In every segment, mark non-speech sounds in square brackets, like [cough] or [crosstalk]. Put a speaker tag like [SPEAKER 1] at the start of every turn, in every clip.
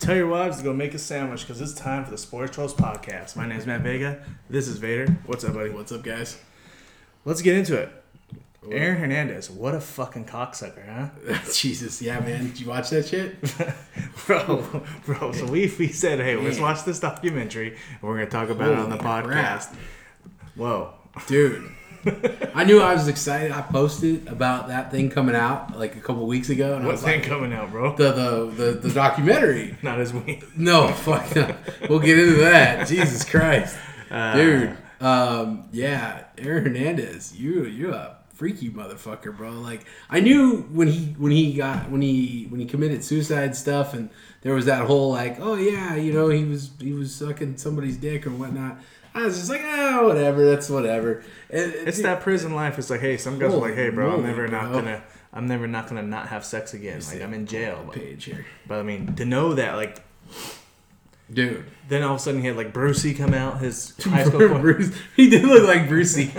[SPEAKER 1] Tell your wives to go make a sandwich because it's time for the Sports Trolls podcast. My name's Matt Vega. This is Vader. What's up, buddy?
[SPEAKER 2] What's up, guys? [laughs]
[SPEAKER 1] Let's get into it. Aaron Hernandez, what a fucking cocksucker,
[SPEAKER 2] [laughs]
[SPEAKER 1] huh?
[SPEAKER 2] Jesus, yeah, man. Did you watch that shit?
[SPEAKER 1] bro, [laughs] bro. So we, we said, hey, let's watch this documentary and we're gonna talk about it on the
[SPEAKER 2] Holy crap.
[SPEAKER 1] podcast. Whoa,
[SPEAKER 2] Dude. I knew I was excited. I posted about that thing coming out like a couple weeks ago, and I
[SPEAKER 1] what
[SPEAKER 2] was
[SPEAKER 1] thing
[SPEAKER 2] like,
[SPEAKER 1] coming out, bro?
[SPEAKER 2] the, the the the documentary.
[SPEAKER 1] [laughs] Not as we.
[SPEAKER 2] No, fuck. No. We'll get into
[SPEAKER 1] [laughs]
[SPEAKER 2] that. Jesus Christ,
[SPEAKER 1] Uh,
[SPEAKER 2] dude. Um, yeah, Aaron Hernandez, you you a freaky motherfucker, bro. Like I knew when he when he got when he when he committed suicide stuff, and there was that whole like, oh yeah, you know he was he was sucking somebody's dick or whatnot. I was just like, ah, whatever, that's whatever. And-
[SPEAKER 1] It's that prison life. It's like, hey, some guys are like, hey, bro, I'm
[SPEAKER 2] Holy
[SPEAKER 1] never not
[SPEAKER 2] moly, bro.
[SPEAKER 1] gonna, I'm never not gonna not have sex again. Like I'm in jail. But,
[SPEAKER 2] page here,
[SPEAKER 1] but I mean, to know that, like,
[SPEAKER 2] dude.
[SPEAKER 1] then all of a sudden he had like Brucey come out, his
[SPEAKER 2] [laughs]
[SPEAKER 1] high school. quarter-
[SPEAKER 2] Bruce, E. he did look like
[SPEAKER 1] [laughs]
[SPEAKER 2] Brucey. [laughs]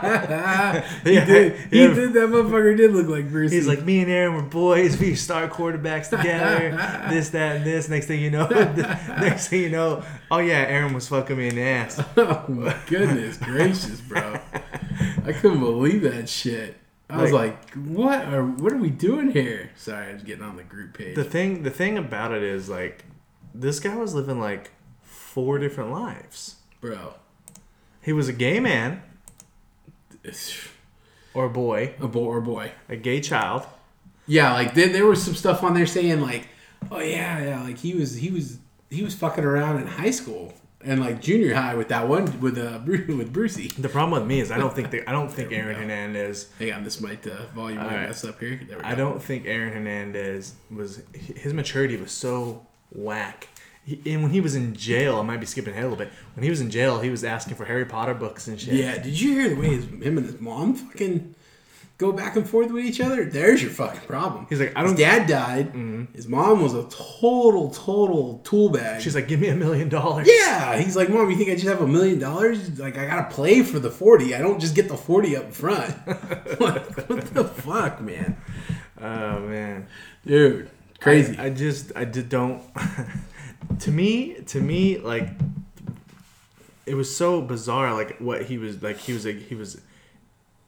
[SPEAKER 2] he
[SPEAKER 1] Yeah,
[SPEAKER 2] did. He
[SPEAKER 1] yeah.
[SPEAKER 2] did. That motherfucker did look like Brucey.
[SPEAKER 1] He's like, me and Aaron were boys. We star quarterbacks together. this, that, and this. Next thing you know, [laughs] next thing you know, oh yeah, Aaron was fucking me in the ass.
[SPEAKER 2] [laughs] oh my goodness gracious, bro! I couldn't believe that shit. I was
[SPEAKER 1] Like-
[SPEAKER 2] like, what are what are we doing here? Sorry, I was getting on the group page.
[SPEAKER 1] The thing, the thing about it is like, this guy was living like four different lives.
[SPEAKER 2] bro,
[SPEAKER 1] He was a gay man
[SPEAKER 2] it's
[SPEAKER 1] or a boy,
[SPEAKER 2] a boy or a boy.
[SPEAKER 1] a gay child.
[SPEAKER 2] Yeah, like there, there was some stuff on there saying like, oh yeah, yeah, like he was he was he was fucking around in high school and like junior high with that one with uh [laughs] Bru- with Brucey.
[SPEAKER 1] The problem with me is I don't think that I don't think Aaron Hernandez.
[SPEAKER 2] Hang on, this might uh, volume might
[SPEAKER 1] right.
[SPEAKER 2] mess up here. There we go.
[SPEAKER 1] I don't think Aaron Hernandez was his maturity was so whack. He, and when he was in jail, I might be skipping ahead a little bit. When he was in jail, he was asking for Harry Potter books and shit.
[SPEAKER 2] Yeah, did you hear the way his, him and his mom fucking go back and forth with each other? There's your fucking problem.
[SPEAKER 1] He's like, I
[SPEAKER 2] his
[SPEAKER 1] don't- Mm-hmm.
[SPEAKER 2] dad died. His mom was a total, total tool bag.
[SPEAKER 1] She's like, "Give me a million dollars."
[SPEAKER 2] yeah, he's like, mom, you think I just have a million dollars? Like, I gotta play for the forty. I don't just get the forty up front.
[SPEAKER 1] [laughs]
[SPEAKER 2] [laughs] like, what the fuck, man?
[SPEAKER 1] Oh man,
[SPEAKER 2] Dude, crazy.
[SPEAKER 1] I, I just, I just don't. [laughs] to me, to me, like, it was so bizarre. Like what he was, like he was, like he was.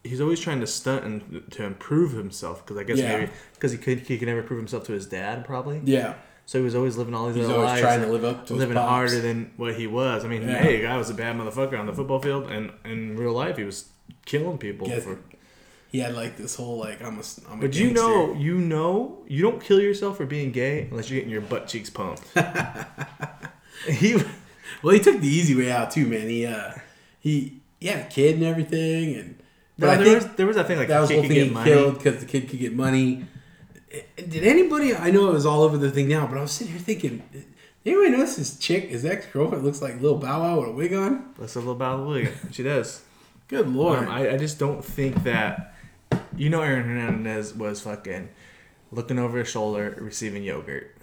[SPEAKER 1] He's always trying to stunt and to improve himself because I guess
[SPEAKER 2] Yeah.
[SPEAKER 1] maybe because he could he could never prove himself to his dad probably.
[SPEAKER 2] yeah,
[SPEAKER 1] So he was always living all these.
[SPEAKER 2] He's
[SPEAKER 1] other
[SPEAKER 2] always
[SPEAKER 1] lives,
[SPEAKER 2] trying to live up to his
[SPEAKER 1] living
[SPEAKER 2] pops.
[SPEAKER 1] harder than what he was. I mean,
[SPEAKER 2] Yeah.
[SPEAKER 1] hey, guy was a bad motherfucker on the football field, and in real life, he was killing people.
[SPEAKER 2] Yes.
[SPEAKER 1] for,
[SPEAKER 2] he had like this whole like, I'm a, s- I'm a.
[SPEAKER 1] but you
[SPEAKER 2] gangster.
[SPEAKER 1] know, you know, you don't kill yourself for being gay unless you're getting your butt cheeks pumped. [laughs] he,
[SPEAKER 2] Well, he took the easy way out too, man. He uh, he he had a kid and everything, and but
[SPEAKER 1] but
[SPEAKER 2] I
[SPEAKER 1] there
[SPEAKER 2] think
[SPEAKER 1] was there was that thing like
[SPEAKER 2] that was
[SPEAKER 1] the
[SPEAKER 2] the
[SPEAKER 1] kid
[SPEAKER 2] whole
[SPEAKER 1] could get
[SPEAKER 2] thing he
[SPEAKER 1] money.
[SPEAKER 2] killed because the kid could get money. Eh, Did anybody? I know it was all over the thing now, but I was sitting here thinking, did anybody notice his chick, his ex girlfriend, looks like Lil Bow Wow with a wig on?
[SPEAKER 1] Let's have a little battle wig. She does.
[SPEAKER 2] Good lord!
[SPEAKER 1] Um, I, I just don't think that you know Aaron Hernandez was fucking looking over his shoulder receiving
[SPEAKER 2] [laughs]
[SPEAKER 1] yogurt.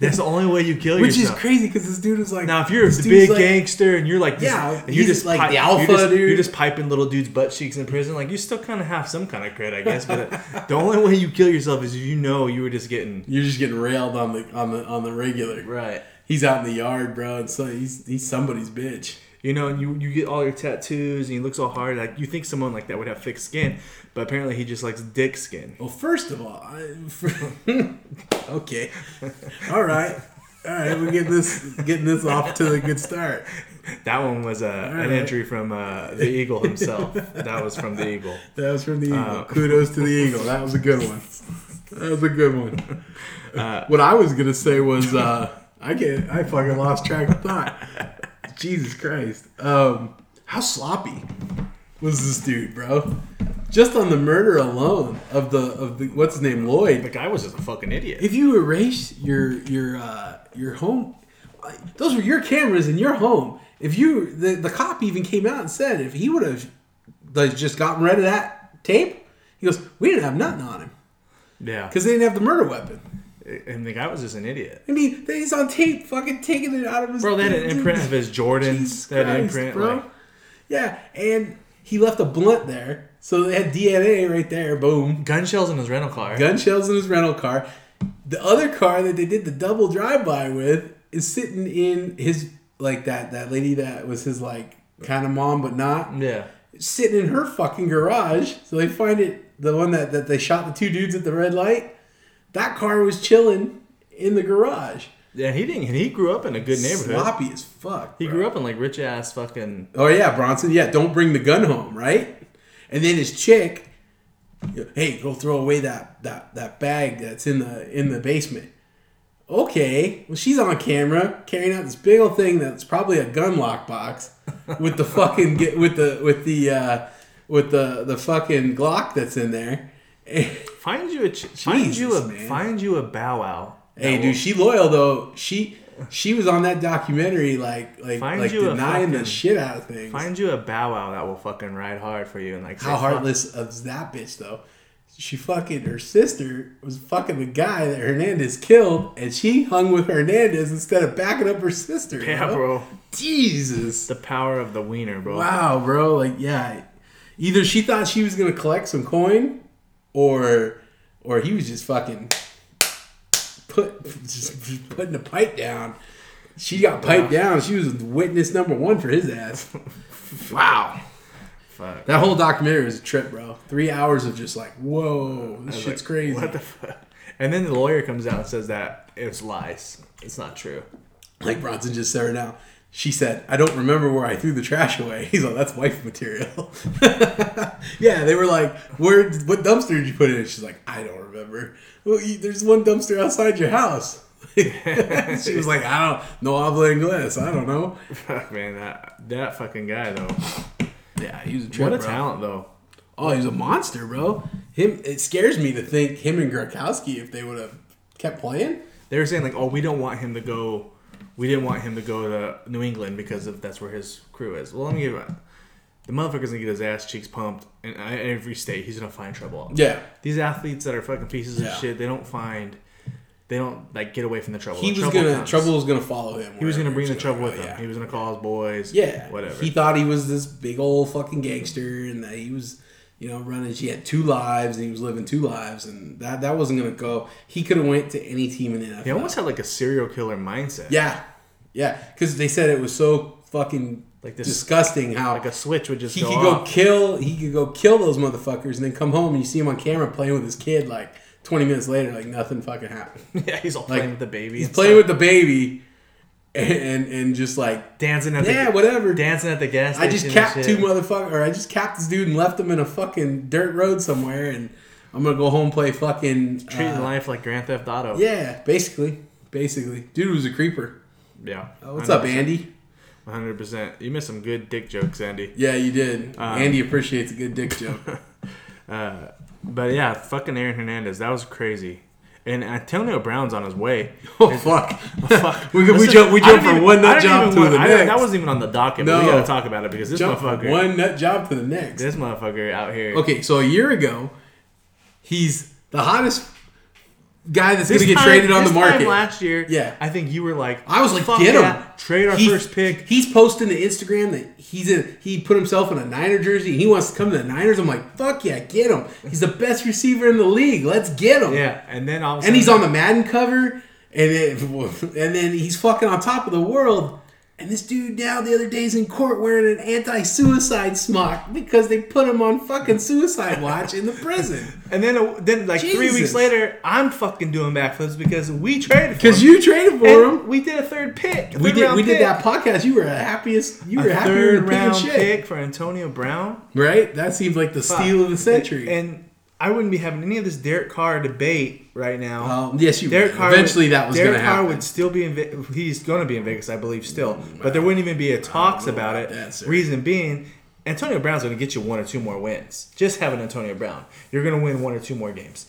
[SPEAKER 1] That's the only way you kill
[SPEAKER 2] Which is
[SPEAKER 1] yourself.
[SPEAKER 2] crazy because this dude was like,
[SPEAKER 1] Now, if you're a
[SPEAKER 2] this dude's
[SPEAKER 1] big
[SPEAKER 2] like-
[SPEAKER 1] gangster and you're like, this,
[SPEAKER 2] Yeah,
[SPEAKER 1] and you're
[SPEAKER 2] he's
[SPEAKER 1] just
[SPEAKER 2] like
[SPEAKER 1] pi-
[SPEAKER 2] the alpha,
[SPEAKER 1] you're just,
[SPEAKER 2] dude.
[SPEAKER 1] You're just piping little dudes' butt cheeks in prison. Like, you still kind of have some kind of
[SPEAKER 2] [laughs]
[SPEAKER 1] cred, I guess. But uh, the only way you kill yourself is if you know you were just getting
[SPEAKER 2] you're just getting railed on the on the on the regular.
[SPEAKER 1] right.
[SPEAKER 2] He's out in the yard, bro, and so he's he's somebody's bitch.
[SPEAKER 1] You know, and you you get all your tattoos and you look so hard. Like, you think someone like that would have thick skin, but apparently he just likes dick skin.
[SPEAKER 2] Well, first of all, I, [laughs] okay, all right, all right, we're getting this getting this off to a good start.
[SPEAKER 1] That one was uh, an
[SPEAKER 2] right.
[SPEAKER 1] entry from uh, the Eagle himself. that was from the Eagle.
[SPEAKER 2] That was from the eagle. Kudos to the eagle. That was a good one. That was a good one. what I was gonna say was, uh, I get, I fucking lost track of thought. Jesus Christ, um, how sloppy was this dude, bro? Just on the murder alone of the of the what's his name Lloyd,
[SPEAKER 1] The guy was just a fucking idiot.
[SPEAKER 2] if you erase your your uh, your home those were your cameras in your home if you the, the cop even came out and said if he would have like, just gotten rid of that tape he goes we didn't have nothing on him
[SPEAKER 1] Yeah,
[SPEAKER 2] because they didn't have the murder weapon
[SPEAKER 1] and the guy was just an idiot.
[SPEAKER 2] i mean he's on tape fucking taking it out of his
[SPEAKER 1] Bro, they had an imprint of his Jordans.
[SPEAKER 2] Jesus
[SPEAKER 1] they had an
[SPEAKER 2] Christ,
[SPEAKER 1] imprint,
[SPEAKER 2] bro.
[SPEAKER 1] like,
[SPEAKER 2] yeah and he left a blunt there so they had dna right there boom
[SPEAKER 1] gun shells in his rental car.
[SPEAKER 2] gun shells in his rental car. The other car that they did the double drive by with is sitting in his like that that lady that was his like kind of mom but not
[SPEAKER 1] Yeah.
[SPEAKER 2] sitting in her fucking garage. So they find it the one that that they shot the two dudes at the red light. That car was chilling in the garage.
[SPEAKER 1] Yeah, he didn't. He grew up in a good neighborhood.
[SPEAKER 2] Sloppy as fuck.
[SPEAKER 1] He
[SPEAKER 2] bro.
[SPEAKER 1] grew up in like rich ass fucking.
[SPEAKER 2] Oh yeah, Bronson. Yeah, don't bring the gun home, right? And then his chick, hey, go throw away that that that bag that's in the in the basement. Okay, well she's on camera carrying out this big old thing that's probably a gun lock box with
[SPEAKER 1] [laughs]
[SPEAKER 2] the fucking get with the with the uh, with the the fucking Glock that's in there. [laughs] hey,
[SPEAKER 1] Find you a ch- find you a
[SPEAKER 2] man.
[SPEAKER 1] find you a bow wow.
[SPEAKER 2] dude, she loyal though. She she was on that documentary like like
[SPEAKER 1] Find
[SPEAKER 2] like
[SPEAKER 1] you a
[SPEAKER 2] denying the
[SPEAKER 1] fucking-
[SPEAKER 2] shit out of things.
[SPEAKER 1] Find you a bow wow that will fucking ride hard for you and like say,
[SPEAKER 2] How
[SPEAKER 1] "Fuck
[SPEAKER 2] heartless of that bitch though. She fucking her sister was fucking the guy that Hernandez killed, and she hung with Hernandez instead of backing up her sister.
[SPEAKER 1] Yeah, bro.
[SPEAKER 2] Jesus.
[SPEAKER 1] The power of the wiener, bro.
[SPEAKER 2] Wow, bro. Like, yeah. Either she thought she was gonna collect some coin, or or he was just fucking put just, just putting a pipe down. She got piped down. She was witness number one for his ass. wow.
[SPEAKER 1] Fuck.
[SPEAKER 2] That whole documentary was a trip, bro. Three hours of just like, whoa, this
[SPEAKER 1] It's
[SPEAKER 2] shit's crazy.
[SPEAKER 1] What the fuck? And then the lawyer comes out and says that it's lies. It's not true.
[SPEAKER 2] [laughs] Like Bronson just said right now. She said, I don't remember where I threw the trash away. [laughs] He's like, that's wife material. [laughs] yeah, they were like, where? What dumpster did you put it in? She's like, I don't remember. Well, you, there's one dumpster outside your house. [laughs] she was like, I don't know. Oblong glass. I don't know.
[SPEAKER 1] Fuck, man. That that fucking guy though.
[SPEAKER 2] Yeah, he was a trip,
[SPEAKER 1] What a
[SPEAKER 2] bro.
[SPEAKER 1] talent though.
[SPEAKER 2] Oh, he's a monster, bro. Him. It scares me to think him and Gronkowski, if they would have kept playing,
[SPEAKER 1] They were saying like, oh, we don't want him to go. We didn't want him to go to New England because of, that's where his crew is. Well, let me give it. The motherfucker's gonna get his ass cheeks pumped in uh, every state. He's gonna find trouble.
[SPEAKER 2] Yeah.
[SPEAKER 1] These athletes that are fucking pieces
[SPEAKER 2] Yeah.
[SPEAKER 1] of shit, they don't find, they don't like get away from the trouble.
[SPEAKER 2] he was
[SPEAKER 1] trouble
[SPEAKER 2] gonna
[SPEAKER 1] comes.
[SPEAKER 2] trouble was gonna follow him.
[SPEAKER 1] He was gonna
[SPEAKER 2] wherever
[SPEAKER 1] bring the
[SPEAKER 2] was
[SPEAKER 1] trouble
[SPEAKER 2] go,
[SPEAKER 1] with him.
[SPEAKER 2] yeah.
[SPEAKER 1] He was gonna call his boys.
[SPEAKER 2] Yeah,
[SPEAKER 1] whatever.
[SPEAKER 2] He thought he was this big old fucking gangster, and that he was, you know, running. She had two lives, and he was living two lives, and that that wasn't gonna go. He could have went to any team in the NFL.
[SPEAKER 1] he almost had like a serial killer mindset.
[SPEAKER 2] yeah, yeah, because they said it was so fucking
[SPEAKER 1] Like this-
[SPEAKER 2] disgusting how
[SPEAKER 1] like a switch would just
[SPEAKER 2] he
[SPEAKER 1] go
[SPEAKER 2] could go
[SPEAKER 1] off.
[SPEAKER 2] kill he could go kill those motherfuckers, and then come home and you see him on camera playing with his kid like twenty minutes later, like nothing
[SPEAKER 1] [laughs]
[SPEAKER 2] fucking happened.
[SPEAKER 1] yeah, he's all playing with the baby.
[SPEAKER 2] He's
[SPEAKER 1] and
[SPEAKER 2] playing
[SPEAKER 1] stuff.
[SPEAKER 2] with the baby, and and, and just like
[SPEAKER 1] dancing at
[SPEAKER 2] yeah,
[SPEAKER 1] the
[SPEAKER 2] whatever.
[SPEAKER 1] dancing at the gas.
[SPEAKER 2] I just
[SPEAKER 1] station and
[SPEAKER 2] capped
[SPEAKER 1] shit.
[SPEAKER 2] two motherfuckers, or I just capped this dude and left him in a fucking dirt road somewhere, and I'm gonna go home and play fucking.
[SPEAKER 1] treating
[SPEAKER 2] uh,
[SPEAKER 1] life like Grand Theft Auto.
[SPEAKER 2] Yeah, basically, basically, dude was a creeper.
[SPEAKER 1] Yeah.
[SPEAKER 2] Oh, what's up,
[SPEAKER 1] 100%.
[SPEAKER 2] Andy?
[SPEAKER 1] 100%. You missed some good dick jokes, Andy.
[SPEAKER 2] Yeah, you did.
[SPEAKER 1] Um,
[SPEAKER 2] Andy appreciates a good dick
[SPEAKER 1] [laughs]
[SPEAKER 2] joke. [laughs]
[SPEAKER 1] Uh, but yeah, fucking Aaron Hernandez. That was crazy. And Antonio Brown's on his way.
[SPEAKER 2] oh fuck!
[SPEAKER 1] Fuck.
[SPEAKER 2] [laughs] We- we
[SPEAKER 1] Listen,
[SPEAKER 2] jump- we
[SPEAKER 1] I
[SPEAKER 2] jump
[SPEAKER 1] didn't
[SPEAKER 2] from
[SPEAKER 1] even-
[SPEAKER 2] one nut
[SPEAKER 1] I didn't
[SPEAKER 2] job
[SPEAKER 1] even
[SPEAKER 2] to
[SPEAKER 1] want-
[SPEAKER 2] the
[SPEAKER 1] I didn't-
[SPEAKER 2] next.
[SPEAKER 1] That wasn't even on the docket, but we
[SPEAKER 2] No.
[SPEAKER 1] gotta talk about it because this
[SPEAKER 2] Jump from
[SPEAKER 1] motherfucker.
[SPEAKER 2] one nut job to the next.
[SPEAKER 1] This motherfucker out here.
[SPEAKER 2] Okay, so a year ago, he's the hottest guy that's
[SPEAKER 1] This
[SPEAKER 2] gonna get
[SPEAKER 1] time-
[SPEAKER 2] traded on
[SPEAKER 1] this
[SPEAKER 2] the market.
[SPEAKER 1] Time last year,
[SPEAKER 2] Yeah.
[SPEAKER 1] I think you were like,
[SPEAKER 2] I was like,
[SPEAKER 1] "Fuck
[SPEAKER 2] get him.
[SPEAKER 1] yeah, trade our
[SPEAKER 2] He-
[SPEAKER 1] first pick.
[SPEAKER 2] He's posting to Instagram that he's in. He put himself in a Niner jersey. and He wants to come to the Niners. I'm like, fuck yeah, get him. He's the best receiver in the league. Let's get him.
[SPEAKER 1] Yeah, and then all of a
[SPEAKER 2] And he's
[SPEAKER 1] sudden-
[SPEAKER 2] on the Madden cover, and it, [laughs] and then he's fucking on top of the world. And this dude now the other day is in court wearing an anti-suicide smock because they put him on fucking suicide watch in the prison.
[SPEAKER 1] [laughs] and then then like three
[SPEAKER 2] Jesus.
[SPEAKER 1] weeks later, I'm fucking doing backflips because we traded for
[SPEAKER 2] Because
[SPEAKER 1] him.
[SPEAKER 2] you traded for
[SPEAKER 1] And
[SPEAKER 2] him.
[SPEAKER 1] we did a third pick. a
[SPEAKER 2] We
[SPEAKER 1] third
[SPEAKER 2] did.
[SPEAKER 1] round
[SPEAKER 2] We did
[SPEAKER 1] pick.
[SPEAKER 2] that podcast. You were the happiest. You were
[SPEAKER 1] a
[SPEAKER 2] happier
[SPEAKER 1] third
[SPEAKER 2] than picking
[SPEAKER 1] round
[SPEAKER 2] shit.
[SPEAKER 1] pick for Antonio Brown.
[SPEAKER 2] Right? That seems like the steal of the century.
[SPEAKER 1] And I wouldn't be having any of this Derek Carr debate right now.
[SPEAKER 2] um, yes, you
[SPEAKER 1] Derek
[SPEAKER 2] would.
[SPEAKER 1] Carr
[SPEAKER 2] eventually
[SPEAKER 1] would,
[SPEAKER 2] that was
[SPEAKER 1] Derek
[SPEAKER 2] going to
[SPEAKER 1] Carr
[SPEAKER 2] happen. Mm,
[SPEAKER 1] would still be in Ve- he's going to be in Vegas, I believe, still. But there wouldn't even be a talks about it.
[SPEAKER 2] about that, sir.
[SPEAKER 1] Reason being, Antonio Brown's going to get you one or two more wins. Just having Antonio Brown, you're going to win one or two more games.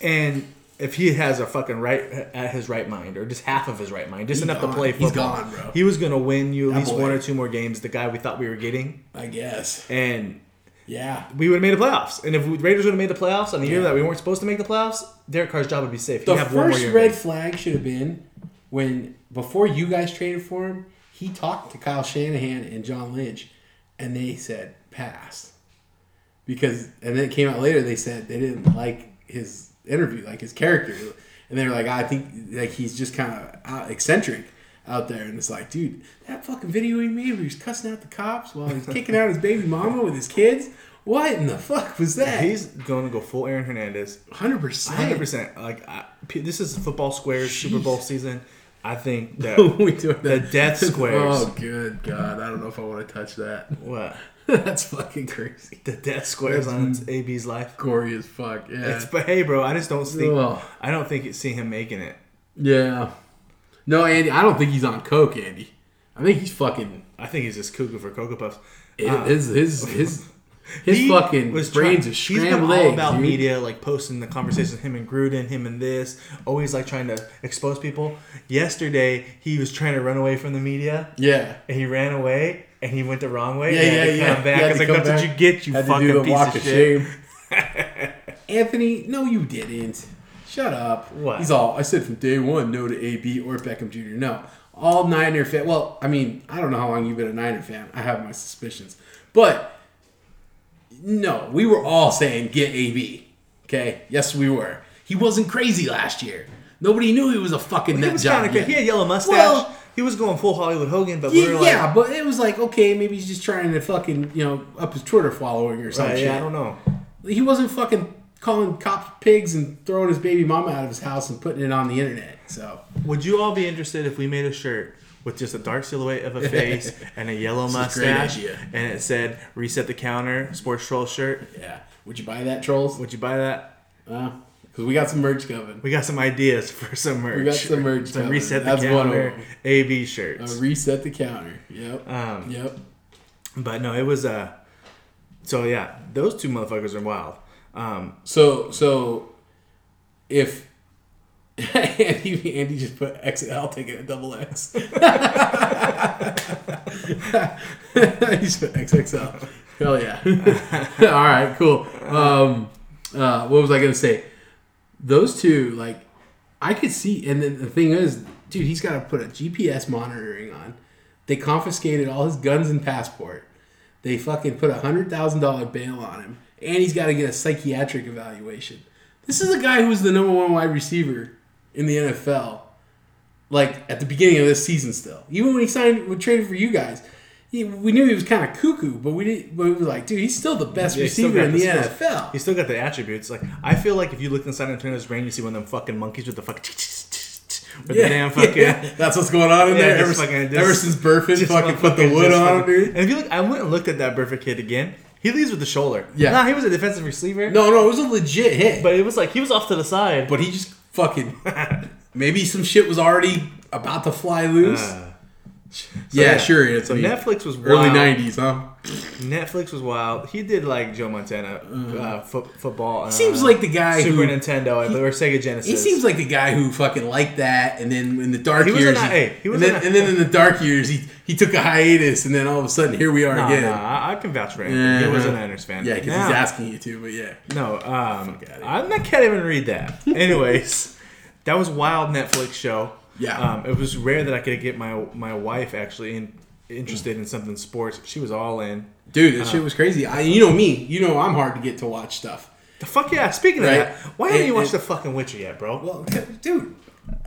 [SPEAKER 1] And if he has a fucking right at his right mind, or just half of his right mind, just
[SPEAKER 2] He's
[SPEAKER 1] enough
[SPEAKER 2] gone.
[SPEAKER 1] to play
[SPEAKER 2] He's
[SPEAKER 1] football,
[SPEAKER 2] gone, bro.
[SPEAKER 1] He was going to win you at
[SPEAKER 2] That
[SPEAKER 1] least
[SPEAKER 2] boy.
[SPEAKER 1] one or two more games. The guy we thought we were getting,
[SPEAKER 2] I guess.
[SPEAKER 1] and
[SPEAKER 2] Yeah.
[SPEAKER 1] we would have made the playoffs. And if we, Raiders would have made the playoffs on the year that we weren't supposed to make the playoffs, Derek Carr's job would be safe. He'd
[SPEAKER 2] The
[SPEAKER 1] have one more
[SPEAKER 2] first
[SPEAKER 1] year.
[SPEAKER 2] red
[SPEAKER 1] in
[SPEAKER 2] flag should have been when before you guys traded for him, he talked to Kyle Shanahan and John Lynch, and they said pass because and then it came out later they said they didn't like his interview, like his character. and they're like, I think like he's just kind of out, eccentric out there, and it's like, dude, that fucking video he made where he's cussing out the cops while he's kicking out his baby mama with his kids. What in the fuck was that?
[SPEAKER 1] He's going to go full Aaron Hernandez.
[SPEAKER 2] hundred
[SPEAKER 1] Hundred
[SPEAKER 2] percent.
[SPEAKER 1] percent. Like I, P- this is football squares Super Bowl season. I think that
[SPEAKER 2] [laughs] we doing
[SPEAKER 1] the
[SPEAKER 2] that.
[SPEAKER 1] death squares.
[SPEAKER 2] [laughs] Oh, good God! I don't know if I want to touch that. [laughs]
[SPEAKER 1] What
[SPEAKER 2] That's fucking crazy.
[SPEAKER 1] the death squares on AB's life?
[SPEAKER 2] Gory as fuck. Yeah.
[SPEAKER 1] It's but hey, bro, I just don't think
[SPEAKER 2] Ugh.
[SPEAKER 1] I don't think it's see him making it.
[SPEAKER 2] Yeah. No, Andy. I don't think he's on coke, Andy. I think he's fucking
[SPEAKER 1] I think he's just cuckoo for cocoa puffs. Uh,
[SPEAKER 2] his his his
[SPEAKER 1] [laughs]
[SPEAKER 2] his
[SPEAKER 1] he
[SPEAKER 2] fucking
[SPEAKER 1] was
[SPEAKER 2] brains
[SPEAKER 1] trying-
[SPEAKER 2] are
[SPEAKER 1] He's been
[SPEAKER 2] scrambled
[SPEAKER 1] all
[SPEAKER 2] eggs,
[SPEAKER 1] about
[SPEAKER 2] dude.
[SPEAKER 1] media, like posting the conversations, him and Gruden, him and this, always like trying to expose people. Yesterday, he was trying to run away from the media,
[SPEAKER 2] Yeah.
[SPEAKER 1] and he ran away, and he went the wrong way.
[SPEAKER 2] Yeah,
[SPEAKER 1] and had
[SPEAKER 2] yeah,
[SPEAKER 1] to
[SPEAKER 2] yeah.
[SPEAKER 1] Come back.
[SPEAKER 2] He had
[SPEAKER 1] It's
[SPEAKER 2] to
[SPEAKER 1] like,
[SPEAKER 2] come
[SPEAKER 1] that's what you
[SPEAKER 2] back.
[SPEAKER 1] get, you
[SPEAKER 2] Had to
[SPEAKER 1] fucking
[SPEAKER 2] do the
[SPEAKER 1] piece
[SPEAKER 2] walk
[SPEAKER 1] of
[SPEAKER 2] of
[SPEAKER 1] shit.
[SPEAKER 2] shame. [laughs] Anthony, no, you didn't. Shut up.
[SPEAKER 1] What?
[SPEAKER 2] He's all. I said from day one, no to AB or Beckham Jr. No, all Niner fan. Well, I mean, I don't know how long you've been a Niner fan. I have my suspicions, but no, we were all saying get AB. Okay, yes, we were. He wasn't crazy last year. Nobody knew he was a fucking
[SPEAKER 1] He
[SPEAKER 2] nut
[SPEAKER 1] was
[SPEAKER 2] job
[SPEAKER 1] kind of
[SPEAKER 2] yet.
[SPEAKER 1] he had yellow mustache.
[SPEAKER 2] Well-
[SPEAKER 1] he was going full Hollywood Hogan, but we
[SPEAKER 2] Yeah,
[SPEAKER 1] were like,
[SPEAKER 2] yeah, but it was like okay, maybe he's just trying to fucking you know up his Twitter following or
[SPEAKER 1] Uh,
[SPEAKER 2] something.
[SPEAKER 1] yeah, I don't know.
[SPEAKER 2] He wasn't fucking calling cops pigs and throwing his baby mama out of his house and putting it on the internet. So
[SPEAKER 1] Would you all be interested if we made a shirt with just a dark silhouette of a [laughs] face and a yellow
[SPEAKER 2] is a great
[SPEAKER 1] mustache,
[SPEAKER 2] idea.
[SPEAKER 1] and it said "Reset the Counter" sports troll shirt?
[SPEAKER 2] yeah, would you buy that trolls?
[SPEAKER 1] Would you buy that?
[SPEAKER 2] Because we got some merch coming.
[SPEAKER 1] We got some ideas [laughs] for some merch.
[SPEAKER 2] We got some merch
[SPEAKER 1] Some
[SPEAKER 2] coming.
[SPEAKER 1] reset the
[SPEAKER 2] That's one of
[SPEAKER 1] counter
[SPEAKER 2] them.
[SPEAKER 1] AB
[SPEAKER 2] Uh,
[SPEAKER 1] shirts.
[SPEAKER 2] reset the counter. Yep.
[SPEAKER 1] Um,
[SPEAKER 2] yep.
[SPEAKER 1] but no, it was uh. So yeah, those two motherfuckers are wild. Um,
[SPEAKER 2] So so if [laughs] Andy, Andy just put XL taking a double X. [laughs] he just put XXL. Hell yeah. [laughs] All right, cool. Um, uh, what was I going to say? Those two, like, I could see. And then the thing is, dude, he's got to put a GPS monitoring on. They confiscated all his guns and passport. They fucking put a hundred thousand dollar bail on him, and he's got to get a psychiatric evaluation. This is a guy who was the number one wide receiver in the NFL, like at the beginning of this season. Still, even when he signed, when traded for you guys, he, we knew he was kind of cuckoo, but we didn't. But we were like, dude, he's still the best
[SPEAKER 1] Yeah, he's still
[SPEAKER 2] receiver
[SPEAKER 1] got
[SPEAKER 2] in the
[SPEAKER 1] skills.
[SPEAKER 2] NFL.
[SPEAKER 1] He's still got the attributes. Like I feel like if you look inside Antonio's brain, you see one of them fucking monkeys with the fuck with the
[SPEAKER 2] [laughs]
[SPEAKER 1] damn fucking.
[SPEAKER 2] that's what's going on in
[SPEAKER 1] Yeah,
[SPEAKER 2] there.
[SPEAKER 1] just
[SPEAKER 2] Ever,
[SPEAKER 1] fucking-
[SPEAKER 2] s-
[SPEAKER 1] just-
[SPEAKER 2] ever since Burfin
[SPEAKER 1] [laughs] just
[SPEAKER 2] fucking put the
[SPEAKER 1] motherfucking
[SPEAKER 2] wood
[SPEAKER 1] just
[SPEAKER 2] on him,
[SPEAKER 1] fucking-
[SPEAKER 2] [laughs] dude.
[SPEAKER 1] And if you look, I went and looked at that Burford kid again. He leaves with the shoulder.
[SPEAKER 2] Yeah.
[SPEAKER 1] Nah, he was a defensive receiver.
[SPEAKER 2] No, no, it was a legit hit.
[SPEAKER 1] But it was like he was off to the side.
[SPEAKER 2] but he just fucking [laughs] maybe some shit was already about to fly loose.
[SPEAKER 1] Uh,
[SPEAKER 2] yeah, sure. It's
[SPEAKER 1] So Netflix was
[SPEAKER 2] early
[SPEAKER 1] wild.
[SPEAKER 2] '90s, huh?
[SPEAKER 1] Netflix was wild. He did like Joe Montana uh, fo- football. Uh,
[SPEAKER 2] Mm-hmm. Seems like the guy
[SPEAKER 1] Super
[SPEAKER 2] who
[SPEAKER 1] Nintendo or Sega Genesis.
[SPEAKER 2] he seems like the guy who fucking liked that, and then in the dark
[SPEAKER 1] He was
[SPEAKER 2] years,
[SPEAKER 1] an- hey, he was
[SPEAKER 2] and, then,
[SPEAKER 1] an-
[SPEAKER 2] and then in the dark years, he he took a hiatus, and then all of a sudden, here we are
[SPEAKER 1] Nah,
[SPEAKER 2] again.
[SPEAKER 1] nah, I- I can vouch for him. He was a Niners fan.
[SPEAKER 2] Yeah, because he's
[SPEAKER 1] Now-
[SPEAKER 2] asking you to, but yeah,
[SPEAKER 1] No, um,
[SPEAKER 2] outta here.
[SPEAKER 1] I not, can't even read that. Anyways, [laughs] that was wild Netflix show.
[SPEAKER 2] Yeah.
[SPEAKER 1] um, it was rare that I could get my my wife actually in, interested in something sports. She was all in.
[SPEAKER 2] dude, that shit was crazy. I, you know me, you know I'm hard to get to watch stuff.
[SPEAKER 1] The fuck yeah! Speaking
[SPEAKER 2] Right.
[SPEAKER 1] of that, why haven't
[SPEAKER 2] And-
[SPEAKER 1] you watched
[SPEAKER 2] and-
[SPEAKER 1] the fucking Witcher yet, bro?
[SPEAKER 2] Well, dude,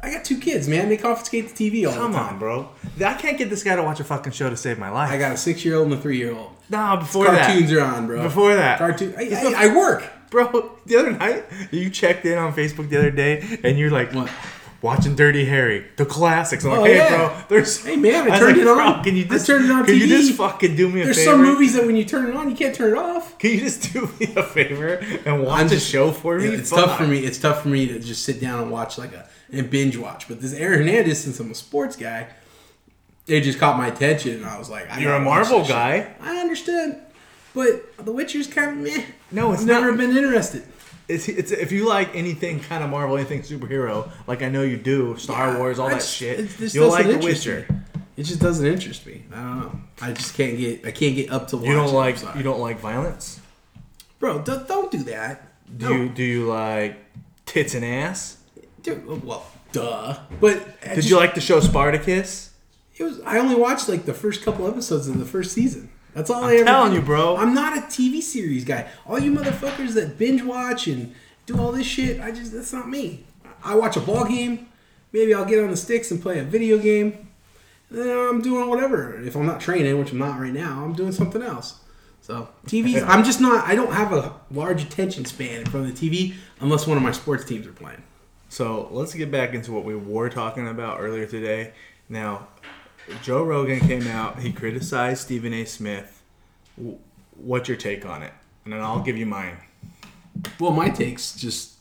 [SPEAKER 2] I got two kids, man. They confiscate the TV all
[SPEAKER 1] Come
[SPEAKER 2] the time.
[SPEAKER 1] on, bro. I can't get this guy to watch a fucking show to save my life.
[SPEAKER 2] I got a six-year-old and a three-year-old.
[SPEAKER 1] nah. Before
[SPEAKER 2] Cartoons
[SPEAKER 1] that,
[SPEAKER 2] are on, bro.
[SPEAKER 1] Before that.
[SPEAKER 2] cartoon. I, I, I [laughs] work.
[SPEAKER 1] bro. The other night, you checked in on Facebook the other day, and you're like,
[SPEAKER 2] What?
[SPEAKER 1] Watching Dirty Harry, the classics. I'm like,
[SPEAKER 2] Oh,
[SPEAKER 1] hey,
[SPEAKER 2] yeah.
[SPEAKER 1] bro, there's.
[SPEAKER 2] Hey, man, I
[SPEAKER 1] was
[SPEAKER 2] turned it
[SPEAKER 1] "Bro,
[SPEAKER 2] on.
[SPEAKER 1] Can you
[SPEAKER 2] I
[SPEAKER 1] just
[SPEAKER 2] turned it on
[SPEAKER 1] Can you
[SPEAKER 2] TV.
[SPEAKER 1] just fucking do me a
[SPEAKER 2] There's
[SPEAKER 1] favor?
[SPEAKER 2] some movies that when you turn it on, you can't turn it off.
[SPEAKER 1] [laughs] Can you just do me a favor and watch
[SPEAKER 2] I'm
[SPEAKER 1] a
[SPEAKER 2] just-
[SPEAKER 1] show for me?
[SPEAKER 2] It's
[SPEAKER 1] Fuck.
[SPEAKER 2] tough for me. It's tough for me to just sit down and watch like a and binge watch. But this Aaron Hernandez, since I'm a sports guy, it just caught my attention, and I was like, I
[SPEAKER 1] You're a
[SPEAKER 2] gotta watch
[SPEAKER 1] Marvel
[SPEAKER 2] this shit.
[SPEAKER 1] guy.
[SPEAKER 2] I understand, but The Witcher's kind of meh.
[SPEAKER 1] No, it's
[SPEAKER 2] I've never
[SPEAKER 1] not.
[SPEAKER 2] been interested.
[SPEAKER 1] It's, it's if you like anything kind of Marvel, anything superhero, like I know you do, Star
[SPEAKER 2] Yeah,
[SPEAKER 1] Wars, all
[SPEAKER 2] I
[SPEAKER 1] that
[SPEAKER 2] just-
[SPEAKER 1] shit.
[SPEAKER 2] it just
[SPEAKER 1] You'll
[SPEAKER 2] doesn't
[SPEAKER 1] like The
[SPEAKER 2] interest
[SPEAKER 1] Witcher.
[SPEAKER 2] me. It just doesn't interest me. I don't know. I just can't get. I can't get up to.
[SPEAKER 1] You don't
[SPEAKER 2] watching. I'm
[SPEAKER 1] like
[SPEAKER 2] sorry.
[SPEAKER 1] you don't like violence.
[SPEAKER 2] bro. Don't, don't do that.
[SPEAKER 1] Do
[SPEAKER 2] No.
[SPEAKER 1] you do you like tits and ass?
[SPEAKER 2] Dude, well, duh. But I
[SPEAKER 1] Did
[SPEAKER 2] just-
[SPEAKER 1] you like the show Spartacus?
[SPEAKER 2] It was. I only watched like the first couple episodes of the first season. That's all I'm ever
[SPEAKER 1] telling
[SPEAKER 2] did.
[SPEAKER 1] you, bro.
[SPEAKER 2] I'm not a TV series guy. All you motherfuckers that binge watch and do all this shit, I just that's not me. I- I watch a ball game. Maybe I'll get on the sticks and play a video game. And then I'm doing whatever. If I'm not training, which I'm not right now, I'm doing something else. So
[SPEAKER 1] [laughs]
[SPEAKER 2] TVs, I'm just not. I don't have a large attention span in front of the TV unless one of my sports teams are playing.
[SPEAKER 1] So let's get back into what we were talking about earlier today. Now, Joe Rogan came out. He criticized Stephen A. Smith. W- What's your take on it? And then I'll give you mine.
[SPEAKER 2] Well, my take's just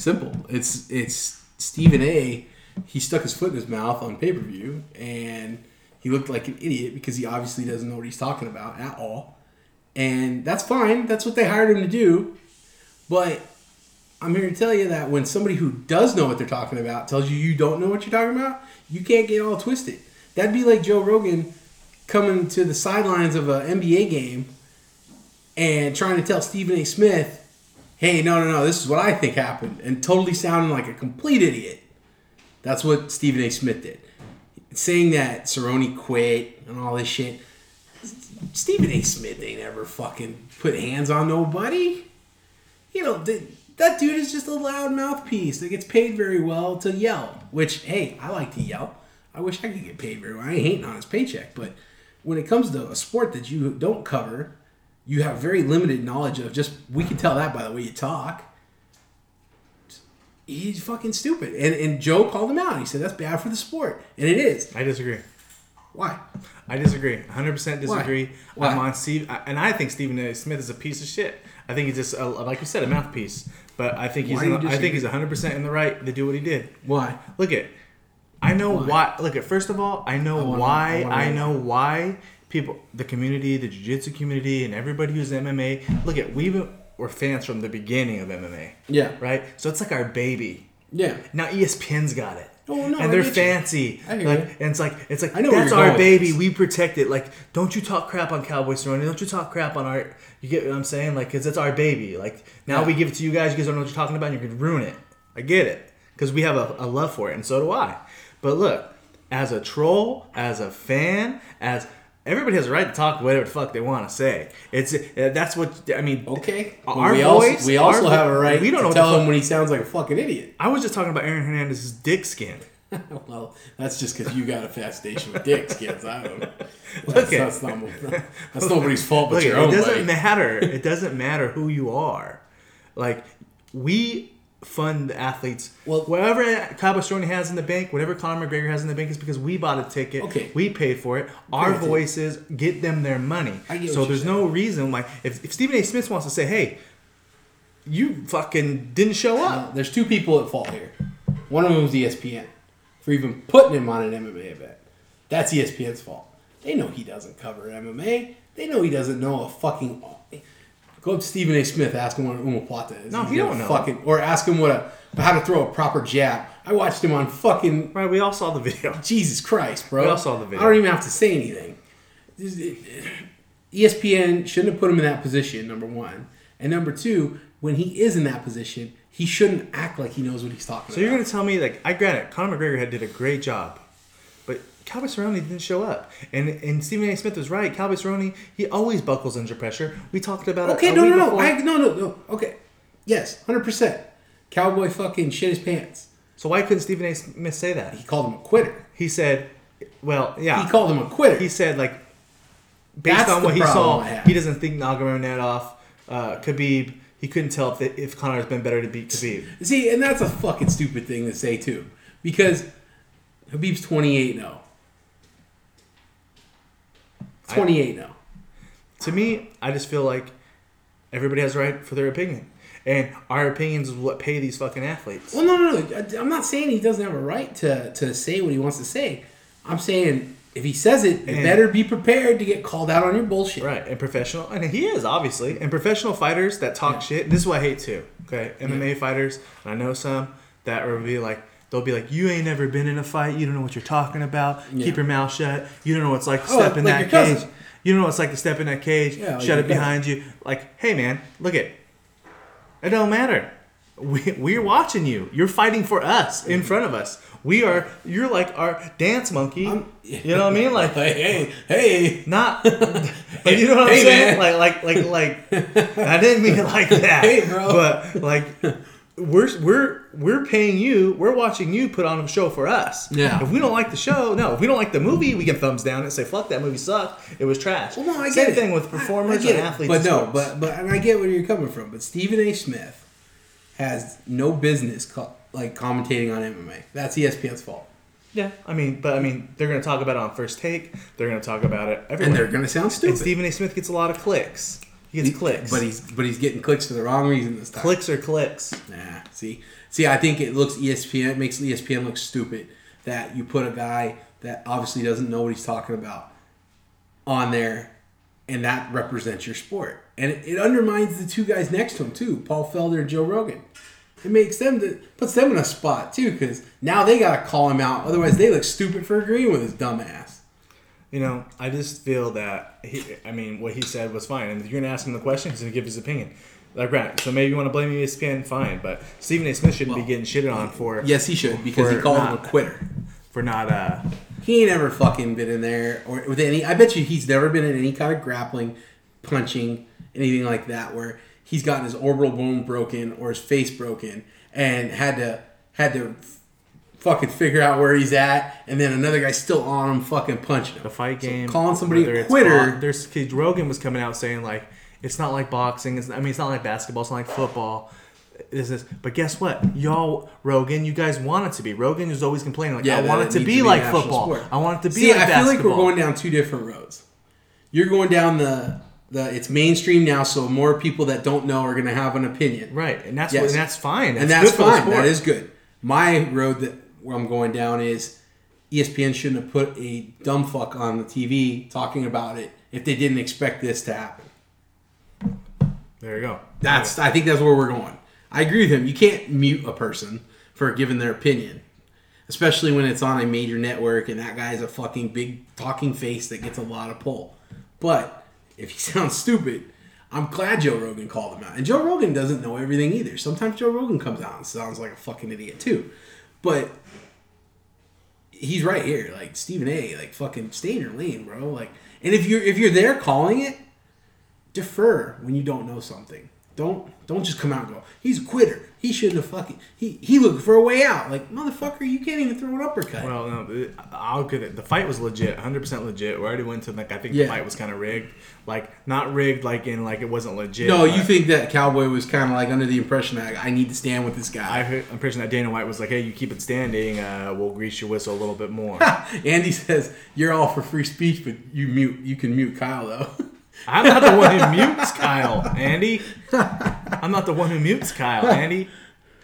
[SPEAKER 2] simple. It's it's Stephen A. He stuck his foot in his mouth on pay per view, and he looked like an idiot because he obviously doesn't know what he's talking about at all. And that's fine. That's what they hired him to do. But I'm here to tell you that when somebody who does know what they're talking about tells you you don't know what you're talking about, you can't get all twisted. That'd be like Joe Rogan coming to the sidelines of an NBA game and trying to tell Stephen A. Smith, hey, no, no, no, this is what I think happened, and totally sounding like a complete idiot. That's what Stephen A. Smith did. Saying that Cerrone quit and all this shit. Stephen A. Smith ain't ever fucking put hands on nobody. You know, th- that dude is just a loud mouthpiece that gets paid very well to yell, which, hey, I like to yell. I wish I could get paid very well. I ain't hating on his paycheck, but when it comes to a sport that you don't cover, you have very limited knowledge of just, we can tell that by the way you talk. He's fucking stupid. And, and Joe called him out. He said, that's bad for the sport. And it is.
[SPEAKER 1] I disagree.
[SPEAKER 2] Why?
[SPEAKER 1] I disagree. 100% disagree.
[SPEAKER 2] Why?
[SPEAKER 1] I'm on Steve, I- and I think Stephen A. Smith is a piece of shit. I think he's just, a, like you said, a mouthpiece. But I think he's,
[SPEAKER 2] Why do you
[SPEAKER 1] in the- I
[SPEAKER 2] disagree?
[SPEAKER 1] think he's 100% in the right to do what he did.
[SPEAKER 2] Why?
[SPEAKER 1] Look at, I know why. Look at. First of all, I know
[SPEAKER 2] wanna- I
[SPEAKER 1] why.
[SPEAKER 2] wanna-
[SPEAKER 1] I, know why people, the community, the jiu-jitsu community, and everybody who's MMA. Look at. We were fans from the beginning of MMA,
[SPEAKER 2] Yeah.
[SPEAKER 1] right? So it's like our baby.
[SPEAKER 2] Yeah.
[SPEAKER 1] Now E ESPN's got it.
[SPEAKER 2] Oh, no, I
[SPEAKER 1] and they're
[SPEAKER 2] get you.
[SPEAKER 1] fancy.
[SPEAKER 2] I hear
[SPEAKER 1] like,
[SPEAKER 2] you.
[SPEAKER 1] and it's like it's like
[SPEAKER 2] I know where
[SPEAKER 1] that's
[SPEAKER 2] you're
[SPEAKER 1] our
[SPEAKER 2] going with
[SPEAKER 1] baby.
[SPEAKER 2] this.
[SPEAKER 1] We protect it. Like, don't you talk crap on Cowboy Cerrone. Don't you talk crap on our. You get what I'm saying? Like, cause it's our baby. Like now
[SPEAKER 2] Yeah.
[SPEAKER 1] we give it to you guys. You guys don't know what you're talking about. and You could ruin it. I get it. Cause we have a, a love for it, and so do I. But look, as a troll, as a fan, as everybody has a right to talk whatever the fuck they want to say. It's uh, that's what I mean.
[SPEAKER 2] Okay.
[SPEAKER 1] Our
[SPEAKER 2] we
[SPEAKER 1] voice.
[SPEAKER 2] also, we
[SPEAKER 1] our
[SPEAKER 2] also
[SPEAKER 1] vo-
[SPEAKER 2] have a right
[SPEAKER 1] We don't
[SPEAKER 2] to
[SPEAKER 1] know what the
[SPEAKER 2] tell
[SPEAKER 1] fuck-
[SPEAKER 2] him when he sounds like a fucking idiot.
[SPEAKER 1] I was just talking about Aaron Hernandez's dick skin.
[SPEAKER 2] well, that's just because you got a fascination with dicks, kids. I don't
[SPEAKER 1] [laughs]
[SPEAKER 2] know.
[SPEAKER 1] Look
[SPEAKER 2] That's,
[SPEAKER 1] at-
[SPEAKER 2] that's, not, that's nobody's fault but
[SPEAKER 1] Look,
[SPEAKER 2] your
[SPEAKER 1] it
[SPEAKER 2] own.
[SPEAKER 1] doesn't
[SPEAKER 2] buddy. [laughs]
[SPEAKER 1] matter. It doesn't matter who you are. Like we fund the athletes. Well,
[SPEAKER 2] Well-
[SPEAKER 1] whatever Cabastroni has in the bank, whatever Conor McGregor has in the bank, is because we bought a ticket.
[SPEAKER 2] Okay.
[SPEAKER 1] we paid for it. Our
[SPEAKER 2] Granted.
[SPEAKER 1] voices get them their money.
[SPEAKER 2] I get
[SPEAKER 1] so
[SPEAKER 2] what you're
[SPEAKER 1] there's no reason like if, if Stephen A. Smith wants to say, "Hey, you fucking didn't show up."
[SPEAKER 2] Uh, there's two people at fault here. One of them E was ESPN for even putting him on an MMA event. That's E ESPN's fault. They know he doesn't cover MMA. They know he doesn't know a fucking. Go up to Stephen A. Smith, ask him what an omoplata is.
[SPEAKER 1] No,
[SPEAKER 2] He's
[SPEAKER 1] he
[SPEAKER 2] gonna
[SPEAKER 1] don't know.
[SPEAKER 2] Fucking, or ask him what a how to throw a proper jab. I watched him on fucking
[SPEAKER 1] Right? We all saw the video.
[SPEAKER 2] Jesus Christ, bro.
[SPEAKER 1] We all saw the video.
[SPEAKER 2] I don't even have to say anything. This- it- E ESPN shouldn't have put him in that position, number one. And number two, when he is in that position, he shouldn't act like he knows what he's
[SPEAKER 1] So
[SPEAKER 2] talking about.
[SPEAKER 1] you're gonna tell me like I grant it, Conor McGregor had did a great job, but Calvin Cerrone didn't show up, and and Stephen A. Smith was right. Calvin Cerrone he always buckles under pressure. We talked about
[SPEAKER 2] Okay,
[SPEAKER 1] it. a
[SPEAKER 2] no,
[SPEAKER 1] week
[SPEAKER 2] no, no.
[SPEAKER 1] before.
[SPEAKER 2] I, no, no, no. Okay. Yes, 100%. Cowboy fucking shit his pants.
[SPEAKER 1] so why couldn't Stephen A. Smith say that?
[SPEAKER 2] He called him a quitter.
[SPEAKER 1] He said, "Well, yeah."
[SPEAKER 2] He called him a quitter.
[SPEAKER 1] He said like, based
[SPEAKER 2] That's
[SPEAKER 1] on
[SPEAKER 2] the
[SPEAKER 1] what he
[SPEAKER 2] problem
[SPEAKER 1] saw,
[SPEAKER 2] I have.
[SPEAKER 1] he doesn't think Nagamanov, uh, Khabib. He couldn't tell if, if Connor's been better to beat Khabib.
[SPEAKER 2] See, and that's a fucking stupid thing to say too, because Habib's oh. twenty eight now.
[SPEAKER 1] I-
[SPEAKER 2] Twenty eight now.
[SPEAKER 1] to me, I just feel like everybody has a right for their opinion, and our opinions is what pay these fucking athletes.
[SPEAKER 2] Well, no, no, no. I- I'm not saying he doesn't have a right to, to say what he wants to say. I'm saying if he says it, you
[SPEAKER 1] And-
[SPEAKER 2] better be prepared to get called out on your bullshit.
[SPEAKER 1] Right, and professional, and he is obviously, and professional fighters that talk shit. And this is what I hate too. Okay, MMA fighters, and I know some that will be like, they'll be like, "You ain't never been in a fight. You don't know what you're talking about. Keep your mouth shut. You don't know what it's like to
[SPEAKER 2] Oh,
[SPEAKER 1] step in
[SPEAKER 2] like
[SPEAKER 1] that
[SPEAKER 2] your
[SPEAKER 1] cage.
[SPEAKER 2] cousin.
[SPEAKER 1] You don't know what it's like to step in that cage.
[SPEAKER 2] Yeah, like
[SPEAKER 1] shut
[SPEAKER 2] your
[SPEAKER 1] it behind you. Like, hey man, look it. It don't matter. We, we're watching you. You're fighting for us
[SPEAKER 2] Mm-hmm.
[SPEAKER 1] in front of us. We are. You're like our dance monkey. you know what I mean? Like
[SPEAKER 2] Hey, hey, [laughs] hey,
[SPEAKER 1] not but you know what I'm
[SPEAKER 2] Hey,
[SPEAKER 1] saying?
[SPEAKER 2] man. [laughs]
[SPEAKER 1] Like like like like I didn't mean it like that.
[SPEAKER 2] Hey, bro.
[SPEAKER 1] But like we're we're we're paying you. We're watching you put on a show for us.
[SPEAKER 2] Yeah.
[SPEAKER 1] If we don't like the show, no. If we don't like the movie, we can thumbs down and say, "Fuck that movie sucked. It was trash."
[SPEAKER 2] Well, no, I
[SPEAKER 1] Same
[SPEAKER 2] get it.
[SPEAKER 1] thing with
[SPEAKER 2] I- I
[SPEAKER 1] performers
[SPEAKER 2] get
[SPEAKER 1] and
[SPEAKER 2] it.
[SPEAKER 1] athletes.
[SPEAKER 2] But
[SPEAKER 1] in
[SPEAKER 2] no,
[SPEAKER 1] sports.
[SPEAKER 2] but but and I get where you're coming from. But Stephen A. Smith has no business co- like commentating on MMA. That's E ESPN's fault,
[SPEAKER 1] yeah, I mean, but I mean, they're gonna talk about it on first take. They're gonna talk about it everywhere.
[SPEAKER 2] and they're gonna sound stupid.
[SPEAKER 1] And Stephen A. Smith gets a lot of clicks. He gets clicks.
[SPEAKER 2] but he's but he's getting clicks for the wrong reason this time.
[SPEAKER 1] clicks are clicks.
[SPEAKER 2] Nah, see, see, I think it looks E ESPN. It makes ESPN look stupid that you put a guy that obviously doesn't know what he's talking about on there, and that represents your sport. And it, it undermines the two guys next to him too, Paul Felder and Joe Rogan. It makes them to, puts them in a spot too because now they gotta call him out. Otherwise, they look stupid for agreeing with his dumb ass.
[SPEAKER 1] You know, I just feel that he, I mean, what he said was fine. And if you're gonna ask him the question, he's gonna give his opinion. Like, right. So maybe you want to blame E ESPN, fine. But Stephen A. Smith shouldn't be getting shitted on for
[SPEAKER 2] Yes, he should because he
[SPEAKER 1] For
[SPEAKER 2] called him
[SPEAKER 1] not-
[SPEAKER 2] a quitter.
[SPEAKER 1] for not. uh
[SPEAKER 2] He ain't ever fucking been in there or with any. I bet you he's never been in any kind of grappling, punching, anything like that where he's gotten his orbital bone broken or his face broken and had to had to f- fucking figure out where he's at and then another guy's still on him fucking punching him.
[SPEAKER 1] The fight game.
[SPEAKER 2] calling somebody
[SPEAKER 1] whether
[SPEAKER 2] a
[SPEAKER 1] it's
[SPEAKER 2] quitter.
[SPEAKER 1] bo- there's 'cause Rogan was coming out saying like, it's not like boxing. It's I mean, it's not like basketball. It's not like football. This is, but guess what, y'all, Rogan, you guys want it to be. Rogan is always complaining like,
[SPEAKER 2] Yeah,
[SPEAKER 1] I
[SPEAKER 2] that
[SPEAKER 1] want
[SPEAKER 2] it
[SPEAKER 1] it to
[SPEAKER 2] needs
[SPEAKER 1] be,
[SPEAKER 2] to be a
[SPEAKER 1] like
[SPEAKER 2] national
[SPEAKER 1] football.
[SPEAKER 2] sport.
[SPEAKER 1] I want it to be
[SPEAKER 2] See,
[SPEAKER 1] like
[SPEAKER 2] I feel
[SPEAKER 1] basketball.
[SPEAKER 2] like we're going down two different roads. You're going down the the it's mainstream now, so more people that don't know are gonna have an opinion.
[SPEAKER 1] right, and that's
[SPEAKER 2] Yes.
[SPEAKER 1] what, and that's fine. That's
[SPEAKER 2] and that's
[SPEAKER 1] good for the
[SPEAKER 2] fine.
[SPEAKER 1] sport.
[SPEAKER 2] That is good. My road that where I'm going down is E ESPN shouldn't have put a dumb fuck on the TV talking about it if they didn't expect this to happen.
[SPEAKER 1] There you go.
[SPEAKER 2] That's I think that's where we're going. I agree with him. You can't mute a person for giving their opinion, especially when it's on a major network and that guy is a fucking big talking face that gets a lot of pull. But if he [laughs] sounds stupid, I'm glad Joe Rogan called him out. And Joe Rogan doesn't know everything either. Sometimes Joe Rogan comes out and sounds like a fucking idiot too. But he's right here, like Stephen A. Like fucking stay in your lane, bro. Like, and if you're if you're there calling it, defer when you don't know something. Don't don't just come out and go, he's a quitter. He shouldn't have fucking he he looking for a way out. Like, motherfucker, you can't even throw an uppercut.
[SPEAKER 1] Well, no, it- I'll get it. The fight was legit, 100% legit. We already went to like I think
[SPEAKER 2] Yeah.
[SPEAKER 1] the fight was kind of rigged, like not rigged, like in like it wasn't legit.
[SPEAKER 2] no, you
[SPEAKER 1] but
[SPEAKER 2] think that cowboy was kinda like under the impression that I need to stand with this
[SPEAKER 1] I
[SPEAKER 2] guy.
[SPEAKER 1] heard, I'm pretty sure that Dana White was like, "Hey, you keep it standing. Uh, we'll grease your whistle a little bit
[SPEAKER 2] [laughs]
[SPEAKER 1] more."
[SPEAKER 2] Andy says, You're all for free speech, but you mute you can mute Kyle though.
[SPEAKER 1] I'm not the one who mutes Kyle, Andy. I'm not the one who mutes Kyle, Andy.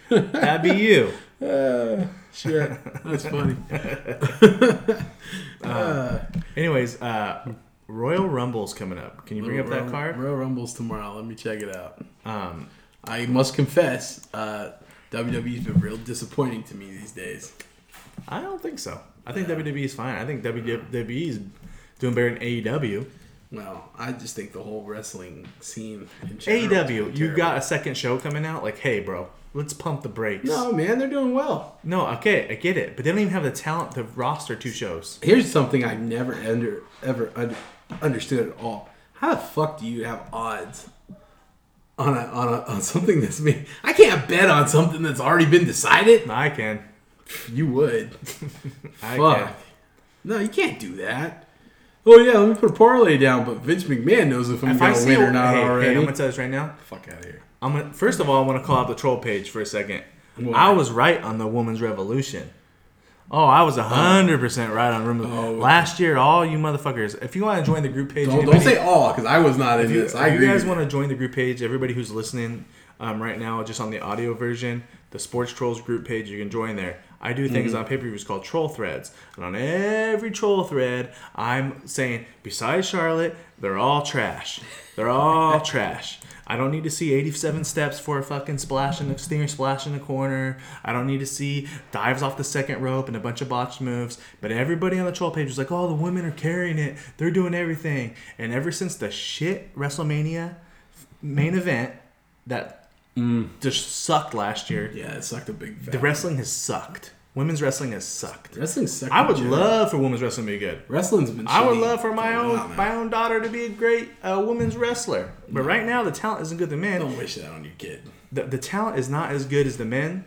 [SPEAKER 1] That'd be you.
[SPEAKER 2] sure. [laughs] That's funny.
[SPEAKER 1] Anyways, uh, Royal Rumble's coming up. Can you bring up that card?
[SPEAKER 2] Royal Rumble's tomorrow. Let me check it out. Um, I must confess, uh, WWE's been real disappointing to me these days.
[SPEAKER 1] I don't think so. I think WWE is fine. I think WWE is doing better than E AEW.
[SPEAKER 2] Well, I just think the whole wrestling scene. In general has been
[SPEAKER 1] AEW, you
[SPEAKER 2] terrible.
[SPEAKER 1] got a second show coming out. Like, hey, bro, let's pump the brakes.
[SPEAKER 2] No, man, they're doing well.
[SPEAKER 1] No, okay, I get it, but they don't even have the talent to roster two shows.
[SPEAKER 2] Here's something I've never under ever under, understood at all. How the fuck do you have odds on a, on a, on something that's me? I can't bet on something that's already been decided.
[SPEAKER 1] I can.
[SPEAKER 2] You would.
[SPEAKER 1] I
[SPEAKER 2] Fuck.
[SPEAKER 1] can.
[SPEAKER 2] No, you can't do that. Oh yeah, let me put a parlay down, but Vince McMahon knows if I'm
[SPEAKER 1] If I
[SPEAKER 2] gonna
[SPEAKER 1] see
[SPEAKER 2] win
[SPEAKER 1] a-
[SPEAKER 2] or not
[SPEAKER 1] hey, hey,
[SPEAKER 2] already.
[SPEAKER 1] I'm gonna tell this right now.
[SPEAKER 2] Fuck out of here.
[SPEAKER 1] I'm gonna, first of all, I want to call out the troll page for a second.
[SPEAKER 2] Why?
[SPEAKER 1] I was right on the woman's revolution. Oh, I was hundred percent right on Room.
[SPEAKER 2] Oh.
[SPEAKER 1] Last year, all you motherfuckers, if you want to join the group page,
[SPEAKER 2] Don't, don't
[SPEAKER 1] anybody-
[SPEAKER 2] say all because I was not in
[SPEAKER 1] If you-
[SPEAKER 2] this. I
[SPEAKER 1] if
[SPEAKER 2] agree.
[SPEAKER 1] you guys
[SPEAKER 2] with
[SPEAKER 1] want to join the group page, everybody who's listening um, right now, just on the audio version, the Sports Trolls group page, you can join there. I do things
[SPEAKER 2] Mm-hmm.
[SPEAKER 1] on pay per views called troll threads. And on every troll thread, I'm saying, besides Charlotte, they're all trash. They're
[SPEAKER 2] [laughs]
[SPEAKER 1] all trash. I don't need to see 87 steps for a fucking splash and a stinger splash in the corner. I don't need to see dives off the second rope and a bunch of botched moves. But everybody on the troll page was like, oh, the women are carrying it. They're doing everything. And ever since the shit WrestleMania main event that just sucked last year,
[SPEAKER 2] Yeah, it sucked a big fat.
[SPEAKER 1] the wrestling has sucked. women's wrestling has sucked.
[SPEAKER 2] Wrestling sucks.
[SPEAKER 1] I would love for women's wrestling to be good.
[SPEAKER 2] Wrestling's been.
[SPEAKER 1] I would
[SPEAKER 2] shitty
[SPEAKER 1] love for my
[SPEAKER 2] a
[SPEAKER 1] own
[SPEAKER 2] while now.
[SPEAKER 1] my own daughter to be a great uh, women's wrestler. But right now, the talent isn't good. The men,
[SPEAKER 2] Don't wish that on your kid.
[SPEAKER 1] the, the talent is not as good as the men.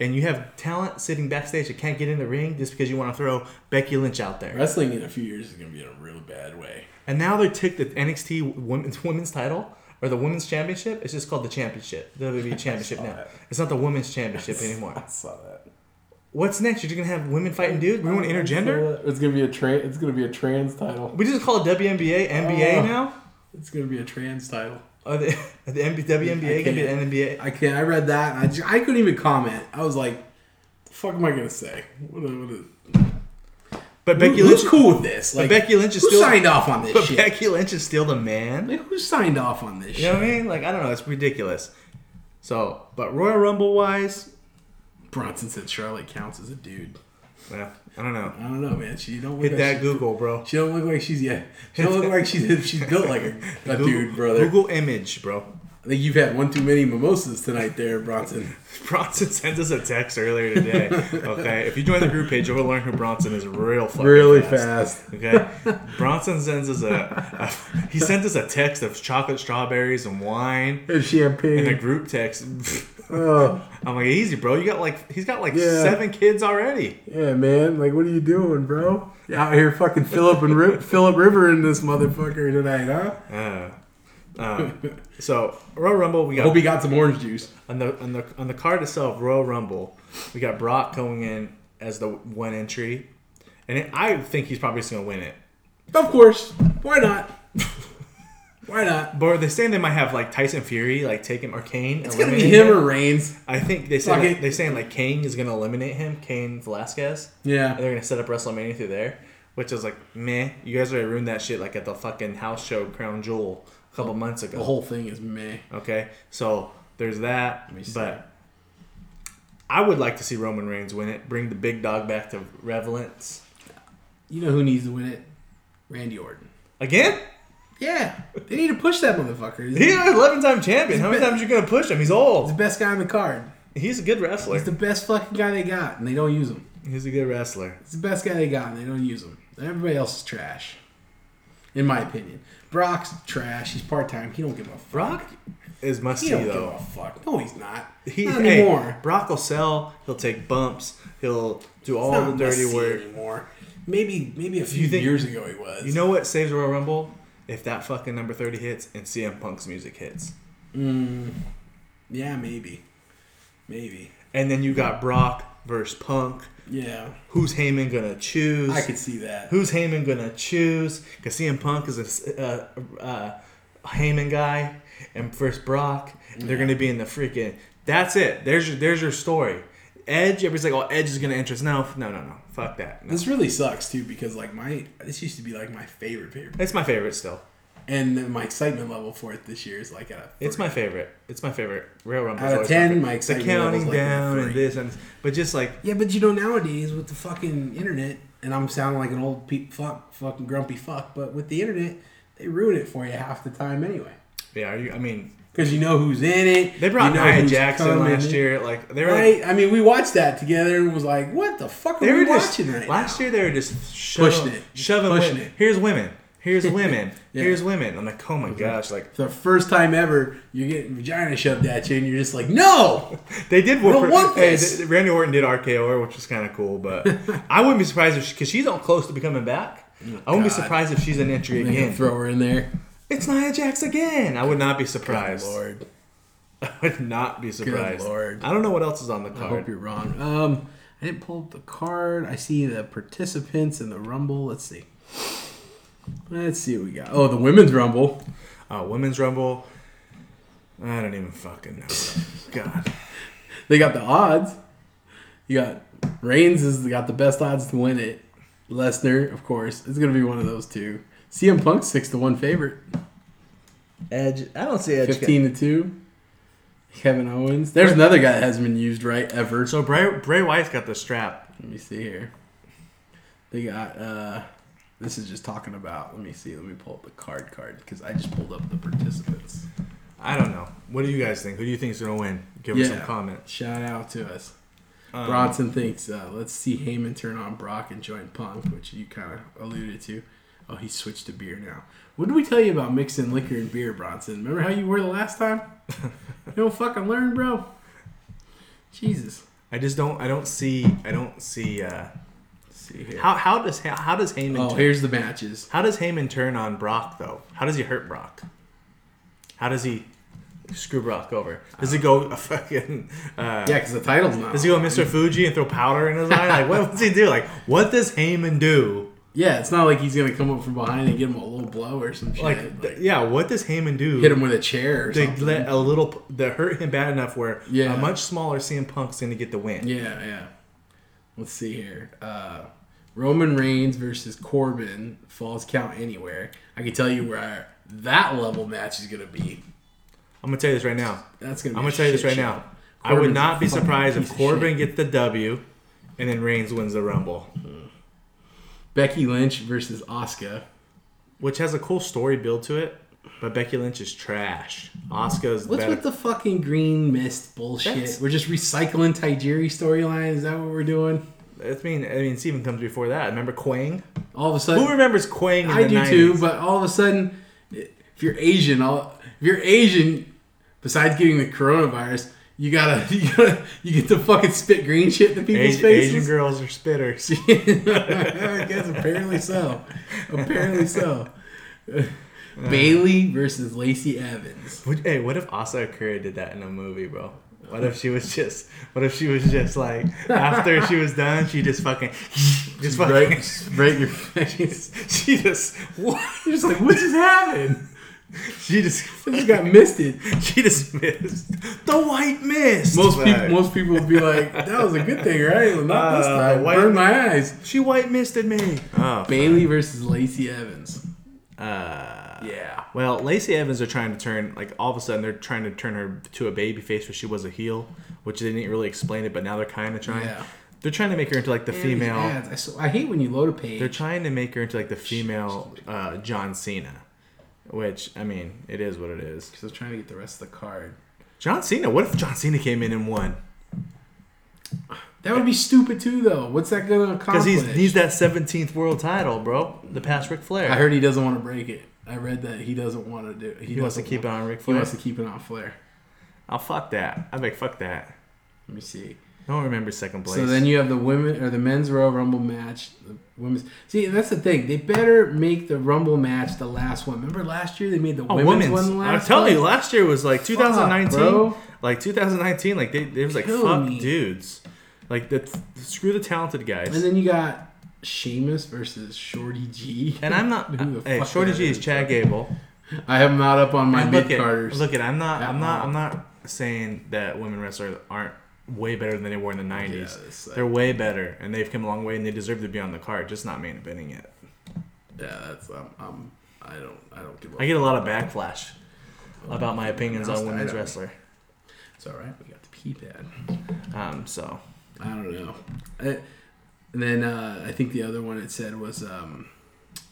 [SPEAKER 1] And you have talent sitting backstage that can't get in the ring just because you want to throw Becky Lynch out there.
[SPEAKER 2] Wrestling in a few years is gonna be in a real bad
[SPEAKER 1] [laughs]
[SPEAKER 2] way.
[SPEAKER 1] And now they took the NXT women's [laughs] women's title or the women's championship. It's just called the championship, the
[SPEAKER 2] [laughs]
[SPEAKER 1] WWE championship now.
[SPEAKER 2] that.
[SPEAKER 1] It's not the women's
[SPEAKER 2] [laughs]
[SPEAKER 1] championship anymore.
[SPEAKER 2] saw that.
[SPEAKER 1] What's next? You're just gonna have women fighting dudes. We want intergender.
[SPEAKER 2] It's gonna be a trans. It's gonna be a trans title.
[SPEAKER 1] We just call it WNBA, NBA
[SPEAKER 2] Oh.
[SPEAKER 1] now.
[SPEAKER 2] It's gonna be a trans title.
[SPEAKER 1] Are the, [laughs] are the NB WNBA gonna be the NBA?
[SPEAKER 2] I can't. I read that. I, ju- I couldn't even comment. I was like, "The fuck am I gonna say? What? A, what a,
[SPEAKER 1] But Becky
[SPEAKER 2] who,
[SPEAKER 1] Lynch,
[SPEAKER 2] who's cool with this? Like
[SPEAKER 1] Becky Lynch is
[SPEAKER 2] who
[SPEAKER 1] still-
[SPEAKER 2] signed off on this
[SPEAKER 1] [laughs] but
[SPEAKER 2] shit.
[SPEAKER 1] Becky Lynch is still the man.
[SPEAKER 2] like, who signed off on this
[SPEAKER 1] You know
[SPEAKER 2] shit?
[SPEAKER 1] what I mean? Like I don't know. It's ridiculous. So, but Royal Rumble wise,
[SPEAKER 2] Bronson said Charlotte counts as a dude.
[SPEAKER 1] well, I don't know.
[SPEAKER 2] I don't know, man. She don't look
[SPEAKER 1] Hit
[SPEAKER 2] like
[SPEAKER 1] that
[SPEAKER 2] she,
[SPEAKER 1] Google, bro.
[SPEAKER 2] she don't look like she's yeah. She don't look like she's [laughs] she's built like a, a
[SPEAKER 1] Google-
[SPEAKER 2] dude, brother.
[SPEAKER 1] Google image, bro. [laughs]
[SPEAKER 2] I think you've had one too many mimosas tonight, there, Bronson.
[SPEAKER 1] Bronson sent us a text earlier today.
[SPEAKER 2] [laughs]
[SPEAKER 1] Okay, if you join the group page, you'll learn who Bronson is real fucking
[SPEAKER 2] Really fast.
[SPEAKER 1] Okay, Bronson sends us a, a he sent us a text of chocolate strawberries and wine
[SPEAKER 2] And
[SPEAKER 1] in a
[SPEAKER 2] [laughs] champagne.
[SPEAKER 1] group text. [laughs]
[SPEAKER 2] Oh
[SPEAKER 1] I'm like, easy, bro. You got like he's got like
[SPEAKER 2] Yeah.
[SPEAKER 1] seven kids already.
[SPEAKER 2] yeah, man. Like, what are you doing, bro? You out here fucking Philip and Ri- [laughs] Philip River in this motherfucker tonight, huh?
[SPEAKER 1] Uh, um, so Royal Rumble, we
[SPEAKER 2] I
[SPEAKER 1] got
[SPEAKER 2] hope he got some orange juice.
[SPEAKER 1] on the on the on the card itself, Royal Rumble, we got Brock going in as the one entry, and it, I think he's probably just gonna win it.
[SPEAKER 2] Of course. Why not? Why not?
[SPEAKER 1] But they're saying they might have like Tyson Fury like take him or Kane.
[SPEAKER 2] [laughs] It's gonna be him or Reigns.
[SPEAKER 1] I think they
[SPEAKER 2] Fuck
[SPEAKER 1] said
[SPEAKER 2] it.
[SPEAKER 1] they're saying like Kane is gonna eliminate him, Kane Velasquez. And
[SPEAKER 2] Yeah.
[SPEAKER 1] they're gonna set up WrestleMania through there, which is like meh. You guys already ruined that shit like at the fucking house show Crown Jewel a couple months
[SPEAKER 2] The
[SPEAKER 1] ago.
[SPEAKER 2] whole thing is meh.
[SPEAKER 1] Okay, so there's that.
[SPEAKER 2] me see.
[SPEAKER 1] But I would like to see Roman Reigns win it. Bring the big dog back to relevance
[SPEAKER 2] You know who needs to win it? Randy Orton.
[SPEAKER 1] again.
[SPEAKER 2] Yeah. They need to push that motherfucker. He's,
[SPEAKER 1] He's an 11 time champion. How many times are you gonna push him? He's old.
[SPEAKER 2] the best guy on the card.
[SPEAKER 1] He's a good wrestler.
[SPEAKER 2] He's the best fucking guy they got, and they don't use him.
[SPEAKER 1] He's a good wrestler.
[SPEAKER 2] He's the best guy they got, and they don't use him. Everybody else is trash. In my opinion. Brock's trash. He's part time. He don't give a fuck.
[SPEAKER 1] Brock is must
[SPEAKER 2] He
[SPEAKER 1] see
[SPEAKER 2] don't
[SPEAKER 1] though.
[SPEAKER 2] give a fuck. No, he's not.
[SPEAKER 1] He,
[SPEAKER 2] not
[SPEAKER 1] hey,
[SPEAKER 2] anymore.
[SPEAKER 1] Brock will sell. He'll take bumps. He'll do all
[SPEAKER 2] He's
[SPEAKER 1] the
[SPEAKER 2] not
[SPEAKER 1] dirty
[SPEAKER 2] must-see
[SPEAKER 1] work.
[SPEAKER 2] anymore. Maybe maybe a few
[SPEAKER 1] think-
[SPEAKER 2] years ago he was.
[SPEAKER 1] You know what saves Royal Rumble? If that fucking number thirty hits and CM Punk's music hits,
[SPEAKER 2] Mm, yeah, maybe. Maybe.
[SPEAKER 1] and then you got Brock versus Punk.
[SPEAKER 2] Yeah.
[SPEAKER 1] Who's Heyman gonna choose?
[SPEAKER 2] I could see that.
[SPEAKER 1] Who's Heyman gonna choose? Because CM Punk is a uh, uh, Heyman guy, and first Brock, and they're gonna be in the freaking. That's it. There's your there's your story. Edge. Everybody's like, oh, Edge is gonna enter. us." No, no, no, no. Fuck that. No.
[SPEAKER 2] This really sucks too because like my this used to be like my favorite favorite.
[SPEAKER 1] It's my favorite still.
[SPEAKER 2] And then my excitement level for it this year is like at a
[SPEAKER 1] It's my favorite. It's my favorite. Rail Rumble.
[SPEAKER 2] Out of 10, my
[SPEAKER 1] the
[SPEAKER 2] excitement
[SPEAKER 1] counting
[SPEAKER 2] level's like a
[SPEAKER 1] down and
[SPEAKER 2] three.
[SPEAKER 1] this and but just like
[SPEAKER 2] Yeah, but you know nowadays with the fucking internet and I'm sounding like an old peep fuck fucking grumpy fuck, but with the internet they ruin it for you half the time anyway.
[SPEAKER 1] yeah, are you, I mean
[SPEAKER 2] Cuz you know who's in it.
[SPEAKER 1] they brought
[SPEAKER 2] you know
[SPEAKER 1] Nia
[SPEAKER 2] who's
[SPEAKER 1] Jackson
[SPEAKER 2] coming.
[SPEAKER 1] last year. Like they were like,
[SPEAKER 2] Right? I mean, we watched that together and was like, "What the fuck are
[SPEAKER 1] they were
[SPEAKER 2] we
[SPEAKER 1] just
[SPEAKER 2] watching right
[SPEAKER 1] last
[SPEAKER 2] now?"
[SPEAKER 1] year they were just shoving,
[SPEAKER 2] Pushing it.
[SPEAKER 1] shoving
[SPEAKER 2] Pushing
[SPEAKER 1] women.
[SPEAKER 2] it.
[SPEAKER 1] Here's women. Here's women.
[SPEAKER 2] [laughs] Yeah.
[SPEAKER 1] Here's women. I'm like, oh my gosh! Like
[SPEAKER 2] the first time ever you're getting vagina shoved at you, and you're just like, "No,
[SPEAKER 1] they did.
[SPEAKER 2] don't
[SPEAKER 1] Warp-
[SPEAKER 2] want
[SPEAKER 1] hey,
[SPEAKER 2] this.
[SPEAKER 1] th- Randy Orton did RKO her, which was kind of cool.
[SPEAKER 2] [laughs]
[SPEAKER 1] But I wouldn't be surprised if because she's on close to becoming back. I wouldn't be
[SPEAKER 2] Oh, God.
[SPEAKER 1] surprised if she's an entry
[SPEAKER 2] They
[SPEAKER 1] again.
[SPEAKER 2] can throw her in there.
[SPEAKER 1] It's Nia Jax again. I would not be surprised.
[SPEAKER 2] Lord,
[SPEAKER 1] [laughs] I would not be surprised.
[SPEAKER 2] Lord.
[SPEAKER 1] I don't know what else is on the
[SPEAKER 2] I hope
[SPEAKER 1] card.
[SPEAKER 2] you're wrong. Um, I didn't pull up the card. I see the participants in the Rumble. Let's see. Let's see what we got. Oh, the women's Rumble.
[SPEAKER 1] Uh, women's Rumble. I don't even fucking know.
[SPEAKER 2] [sighs]
[SPEAKER 1] God.
[SPEAKER 2] They got the odds. You got Reigns has got the best odds to win it. Lesnar, of course, it's gonna be one of those two. CM Punk's six to one favorite.
[SPEAKER 1] Edge. I don't see Edge.
[SPEAKER 2] 15 to 2. Kevin Owens. There's another guy that hasn't been used right ever.
[SPEAKER 1] So Bray, Bray Wyatt's got the strap.
[SPEAKER 2] Let me see here. They got uh this is just talking about. Let me see. Let me pull up the card card because I just pulled up the participants.
[SPEAKER 1] I don't know. What do you guys think? Who do you think is going to win? Give us some comment. Um,
[SPEAKER 2] Shout out to us. Bronson thinks, uh, let's see Heyman turn on Brock and join Punk, which you kind of alluded to. Oh, he switched to beer now. What did we tell you about mixing liquor and beer, Bronson? Remember how you were the
[SPEAKER 1] [laughs]
[SPEAKER 2] last time? you don't fucking learn, bro. Jesus.
[SPEAKER 1] I just don't. I don't see. I don't see. Uh,
[SPEAKER 2] Let's see here.
[SPEAKER 1] how how does how, how does Heyman
[SPEAKER 2] oh,
[SPEAKER 1] turn,
[SPEAKER 2] here's the matches.
[SPEAKER 1] how does Heyman turn on Brock though? How does he hurt Brock? How does he screw Brock over? Does he go a fucking? Uh,
[SPEAKER 2] Yeah, because the title's not.
[SPEAKER 1] Does he go Mr. Fuji and throw powder in his eye? Like what does he do? Like what does Heyman do?
[SPEAKER 2] Yeah, it's not like he's gonna come up from behind and give him a little blow or some shit.
[SPEAKER 1] Like
[SPEAKER 2] Like,
[SPEAKER 1] th- yeah, what does Heyman do?
[SPEAKER 2] hit him with a chair or
[SPEAKER 1] They
[SPEAKER 2] something.
[SPEAKER 1] let a little. They hurt him bad enough where
[SPEAKER 2] Yeah.
[SPEAKER 1] a much smaller CM Punk's gonna get the win.
[SPEAKER 2] Yeah, yeah. Let's see here. Uh, Roman Reigns versus Corbin falls count anywhere. I can tell you where that level match is gonna be.
[SPEAKER 1] I'm gonna tell you this right now.
[SPEAKER 2] That's gonna. Be
[SPEAKER 1] I'm
[SPEAKER 2] a
[SPEAKER 1] gonna tell you this
[SPEAKER 2] shit
[SPEAKER 1] right
[SPEAKER 2] show.
[SPEAKER 1] now. I would
[SPEAKER 2] Corbin's
[SPEAKER 1] not
[SPEAKER 2] a
[SPEAKER 1] be
[SPEAKER 2] fucking
[SPEAKER 1] surprised if
[SPEAKER 2] piece of
[SPEAKER 1] Corbin gets the W, and then Reigns wins the Rumble,
[SPEAKER 2] Becky Lynch versus Oscar.
[SPEAKER 1] which has a cool story build to it. But Becky Lynch is trash. Oscar's
[SPEAKER 2] What's
[SPEAKER 1] better.
[SPEAKER 2] with the fucking green mist bullshit?
[SPEAKER 1] That's-
[SPEAKER 2] We're just recycling Tajiri storyline. Is that what we're doing?
[SPEAKER 1] I mean, I mean, it's even comes before that. Remember Quang?
[SPEAKER 2] All of a sudden,
[SPEAKER 1] Who remembers Quang? In
[SPEAKER 2] I
[SPEAKER 1] the
[SPEAKER 2] do
[SPEAKER 1] 90s?
[SPEAKER 2] too, but all of a sudden, if you're Asian, all if you're Asian, besides getting the coronavirus, you gotta [laughs] you gotta you get to fucking spit green shit in people's
[SPEAKER 1] Asian, Asian
[SPEAKER 2] faces.
[SPEAKER 1] girls are spitters.
[SPEAKER 2] [laughs]
[SPEAKER 1] [laughs]
[SPEAKER 2] I guess apparently so.
[SPEAKER 1] [laughs]
[SPEAKER 2] Apparently so. Bailey versus Lacey Evans.
[SPEAKER 1] Would- hey, what if Asa Akira did that in a movie, bro? What if she was just? What if she was just like after she was done, she just fucking, [laughs] just fucking, [laughs]
[SPEAKER 2] Right, right in your face.
[SPEAKER 1] she just what?
[SPEAKER 2] You're just like, what just happened?
[SPEAKER 1] She just
[SPEAKER 2] I just got misted.
[SPEAKER 1] [laughs] She just missed the white mist.
[SPEAKER 2] Most
[SPEAKER 1] But-
[SPEAKER 2] people, most people would be like, that was a good thing, right? Well, not this
[SPEAKER 1] Uh,
[SPEAKER 2] time.
[SPEAKER 1] why-
[SPEAKER 2] Burned my eyes.
[SPEAKER 1] she white misted me. Oh,
[SPEAKER 2] Bailey versus Lacey Evans.
[SPEAKER 1] uh,
[SPEAKER 2] Yeah.
[SPEAKER 1] well, Lacey Evans are trying to turn like all of a sudden they're trying to turn her to a baby face, where she was a heel, which they didn't really explain it, but now they're kind of trying.
[SPEAKER 2] Yeah.
[SPEAKER 1] They're trying to make her into like the female.
[SPEAKER 2] I, so, I hate when you load a page.
[SPEAKER 1] They're trying to make her into like the female uh, John Cena, which I mean, it is what it is.
[SPEAKER 2] Because I'm trying to get the rest of the card.
[SPEAKER 1] John Cena. What if John Cena came in and won?
[SPEAKER 2] That would be stupid too, though. What's that gonna
[SPEAKER 1] Because
[SPEAKER 2] accomplish?
[SPEAKER 1] he's he's that 17th world title, bro. The past Ric Flair.
[SPEAKER 2] I heard he doesn't want to break it. I read that he doesn't want to do.
[SPEAKER 1] he wants to
[SPEAKER 2] doesn't
[SPEAKER 1] keep it
[SPEAKER 2] want-
[SPEAKER 1] on Ric
[SPEAKER 2] He
[SPEAKER 1] Flair.
[SPEAKER 2] wants to keep it on Flair.
[SPEAKER 1] Oh fuck that! I'm like fuck that.
[SPEAKER 2] Let me see.
[SPEAKER 1] I don't remember second place.
[SPEAKER 2] So then you have the women or the men's Royal Rumble match. The women's. See, that's the thing. They better make the Rumble match the last one. Remember last year they made the
[SPEAKER 1] oh,
[SPEAKER 2] women's,
[SPEAKER 1] women's.
[SPEAKER 2] one the last.
[SPEAKER 1] I'm telling
[SPEAKER 2] one?
[SPEAKER 1] you, last year was like 2019.
[SPEAKER 2] bro.
[SPEAKER 1] like 2019, like they, they was like
[SPEAKER 2] Kill
[SPEAKER 1] fuck
[SPEAKER 2] me.
[SPEAKER 1] dudes. Like the screw the talented guys.
[SPEAKER 2] And then you got Sheamus versus Shorty G.
[SPEAKER 1] and I'm not.
[SPEAKER 2] Who the
[SPEAKER 1] hey,
[SPEAKER 2] fuck
[SPEAKER 1] Shorty
[SPEAKER 2] that
[SPEAKER 1] G is Chad Gable.
[SPEAKER 2] [laughs] I have not up on my
[SPEAKER 1] And
[SPEAKER 2] mid
[SPEAKER 1] look at
[SPEAKER 2] carders.
[SPEAKER 1] look at. I'm not.
[SPEAKER 2] That
[SPEAKER 1] I'm not.
[SPEAKER 2] long.
[SPEAKER 1] I'm not saying that women wrestlers aren't way better than they were in the 90s.
[SPEAKER 2] it's like-
[SPEAKER 1] They're way better, and they've come a long way, and they deserve to be on the card, just not main eventing it.
[SPEAKER 2] Yeah, that's um, um I don't I don't give up.
[SPEAKER 1] I get a lot of backlash about my opinions
[SPEAKER 2] announced
[SPEAKER 1] on
[SPEAKER 2] the
[SPEAKER 1] women's
[SPEAKER 2] item.
[SPEAKER 1] wrestler.
[SPEAKER 2] It's all right. We got the P pad.
[SPEAKER 1] Um, so
[SPEAKER 2] I don't know. I- and then uh, I think the other one it said was um,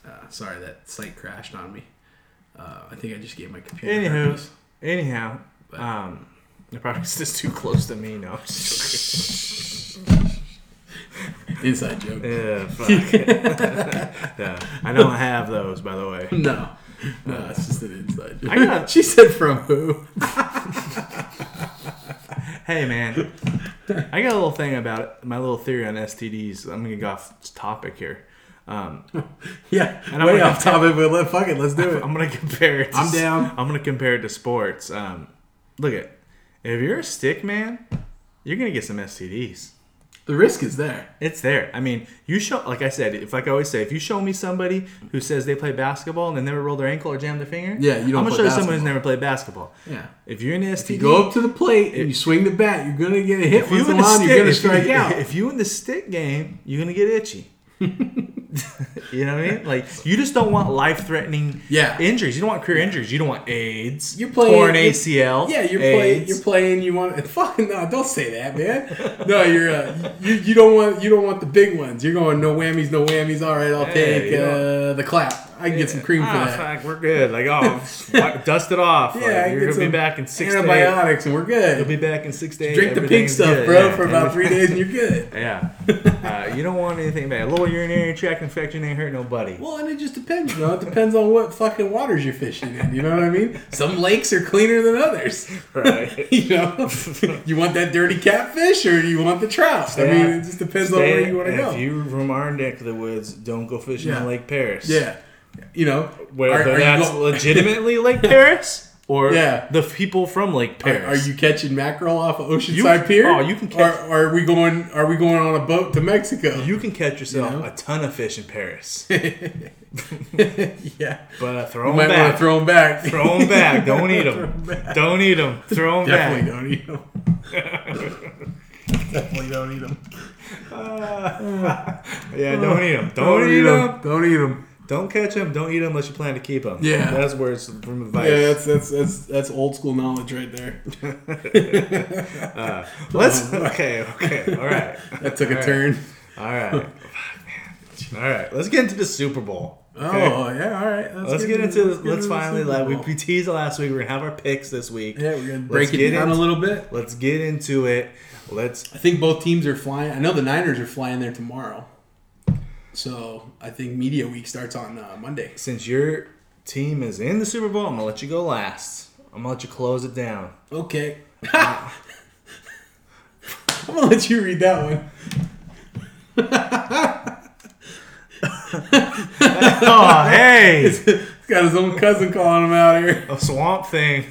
[SPEAKER 2] uh, sorry that site crashed on me. Uh, I think I just gave my computer.
[SPEAKER 1] Anywho,
[SPEAKER 2] herpes. [laughs]
[SPEAKER 1] anyhow, um, the product's just too close to me. No, I'm
[SPEAKER 2] [laughs]
[SPEAKER 1] just
[SPEAKER 2] inside joke.
[SPEAKER 1] joking. Yeah, fuck. Yeah, I don't have those, by the way.
[SPEAKER 2] No, no, it's just an inside joke.
[SPEAKER 1] I got-
[SPEAKER 2] [laughs] she said from who?
[SPEAKER 1] Hey, man, I got a little thing about it, my little theory on STDs. I'm gonna go off topic here. Um,
[SPEAKER 2] Yeah,
[SPEAKER 1] And I'm
[SPEAKER 2] way
[SPEAKER 1] gonna-
[SPEAKER 2] off topic, but let fuck it, let's do it.
[SPEAKER 1] I'm gonna compare it. To,
[SPEAKER 2] I'm down.
[SPEAKER 1] I'm gonna compare it to sports. Um, look at if you're a stick man, you're gonna get some STDs.
[SPEAKER 2] The risk is there.
[SPEAKER 1] It's there. I mean, you show like I said, if like I always say, if you show me somebody who says they play basketball and they never roll their ankle or jam their finger,
[SPEAKER 2] Yeah, you
[SPEAKER 1] I'm
[SPEAKER 2] don't
[SPEAKER 1] gonna
[SPEAKER 2] play
[SPEAKER 1] show you someone who's
[SPEAKER 2] basketball.
[SPEAKER 1] never played basketball.
[SPEAKER 2] Yeah.
[SPEAKER 1] If you're an STD,
[SPEAKER 2] If you go up to the plate and you swing the bat, you're gonna get a hit
[SPEAKER 1] if you
[SPEAKER 2] once in
[SPEAKER 1] in
[SPEAKER 2] a
[SPEAKER 1] the
[SPEAKER 2] while. and
[SPEAKER 1] stick,
[SPEAKER 2] You're gonna
[SPEAKER 1] if you- [laughs]
[SPEAKER 2] strike out.
[SPEAKER 1] If you in the stick game, you're gonna get itchy. [laughs] you know what I mean? Like you just don't want life-threatening
[SPEAKER 2] Yeah.
[SPEAKER 1] injuries. You don't want career injuries. You don't want AIDS.
[SPEAKER 2] You're playing-
[SPEAKER 1] torn
[SPEAKER 2] you're-
[SPEAKER 1] ACL.
[SPEAKER 2] Yeah, you're playing.
[SPEAKER 1] AIDS.
[SPEAKER 2] You're playing. You want [laughs] fucking no. Don't say that, man. No, you're uh, you, you don't want you don't want the big ones. You're going no whammies, no whammies. All right, I'll
[SPEAKER 1] Hey,
[SPEAKER 2] take
[SPEAKER 1] you
[SPEAKER 2] uh, the clap. I can get some cream for
[SPEAKER 1] Ah,
[SPEAKER 2] that.
[SPEAKER 1] fuck, we're good. Like, oh, [laughs] wipe- dust it off.
[SPEAKER 2] Yeah,
[SPEAKER 1] Like, you're
[SPEAKER 2] I get
[SPEAKER 1] gonna be
[SPEAKER 2] some
[SPEAKER 1] back in six to eight.
[SPEAKER 2] Antibiotics, and we're good.
[SPEAKER 1] You'll be back in six days.
[SPEAKER 2] Drink the pink stuff, bro, for
[SPEAKER 1] [laughs]
[SPEAKER 2] about three days, and you're good.
[SPEAKER 1] Yeah. Uh, you don't want anything bad. Lower urinary tract infection ain't hurt nobody.
[SPEAKER 2] Well, and it just depends, you know. It depends on what fucking waters you're fishing in. You know what I mean? Some lakes are cleaner than others.
[SPEAKER 1] [laughs]
[SPEAKER 2] [laughs]
[SPEAKER 1] [laughs] Right.
[SPEAKER 2] you know, you want that dirty catfish or do you want the trout? I mean, it just depends on where you want to go.
[SPEAKER 1] If you're from our neck of the woods, don't go fishing
[SPEAKER 2] Yeah.
[SPEAKER 1] in Lake Paris.
[SPEAKER 2] yeah, you know,
[SPEAKER 1] Whether
[SPEAKER 2] are, are you
[SPEAKER 1] that's [laughs]
[SPEAKER 2] go-
[SPEAKER 1] legitimately [laughs] Lake Paris or
[SPEAKER 2] Yeah.
[SPEAKER 1] the people from Lake
[SPEAKER 2] Are,
[SPEAKER 1] Paris.
[SPEAKER 2] are you catching mackerel off of Oceanside
[SPEAKER 1] You-
[SPEAKER 2] Pier?
[SPEAKER 1] oh, you can catch-
[SPEAKER 2] Or, are we going? Are we going on a boat to Mexico?
[SPEAKER 1] You can catch yourself
[SPEAKER 2] You know?
[SPEAKER 1] a ton of fish in [laughs] Paris,
[SPEAKER 2] [laughs] yeah,
[SPEAKER 1] but throw them
[SPEAKER 2] you might want
[SPEAKER 1] back.
[SPEAKER 2] to throw them
[SPEAKER 1] [laughs]
[SPEAKER 2] back.
[SPEAKER 1] Throw them [laughs] back. Don't
[SPEAKER 2] [laughs]
[SPEAKER 1] eat them. Don't eat them. Throw them
[SPEAKER 2] Definitely
[SPEAKER 1] back.
[SPEAKER 2] don't eat them. Definitely don't eat them.
[SPEAKER 1] Yeah, don't eat them. Don't, eat them.
[SPEAKER 2] Don't eat them.
[SPEAKER 1] Don't catch them. Don't eat them unless you plan to keep them.
[SPEAKER 2] Yeah.
[SPEAKER 1] that's where it's from advice.
[SPEAKER 2] Yeah, that's, that's that's that's old school knowledge right there.
[SPEAKER 1] [laughs] Let's. Okay. Okay. All right.
[SPEAKER 2] That took a turn.
[SPEAKER 1] All right.
[SPEAKER 2] [laughs]
[SPEAKER 1] Fuck, man. All right. Let's get into the Super Bowl. okay?
[SPEAKER 2] Oh yeah, all right.
[SPEAKER 1] Let's get into
[SPEAKER 2] this.
[SPEAKER 1] let's, finally
[SPEAKER 2] Super
[SPEAKER 1] let we
[SPEAKER 2] Bowl.
[SPEAKER 1] we teased it last week. We're gonna have our picks this week.
[SPEAKER 2] Yeah, we're gonna
[SPEAKER 1] Let's
[SPEAKER 2] break it
[SPEAKER 1] get
[SPEAKER 2] down
[SPEAKER 1] into-
[SPEAKER 2] a little bit.
[SPEAKER 1] Let's get into it. Let's.
[SPEAKER 2] I think both teams are flying. I know the Niners are flying there tomorrow, so I think media week starts on uh, Monday.
[SPEAKER 1] Since your team is in the Super Bowl, I'm gonna let you go last. I'm gonna let you close it
[SPEAKER 2] [laughs]
[SPEAKER 1] down.
[SPEAKER 2] Okay. I'm gonna let you read that one.
[SPEAKER 1] Oh hey,
[SPEAKER 2] He's got his own cousin calling him out here. [laughs]
[SPEAKER 1] a swamp thing.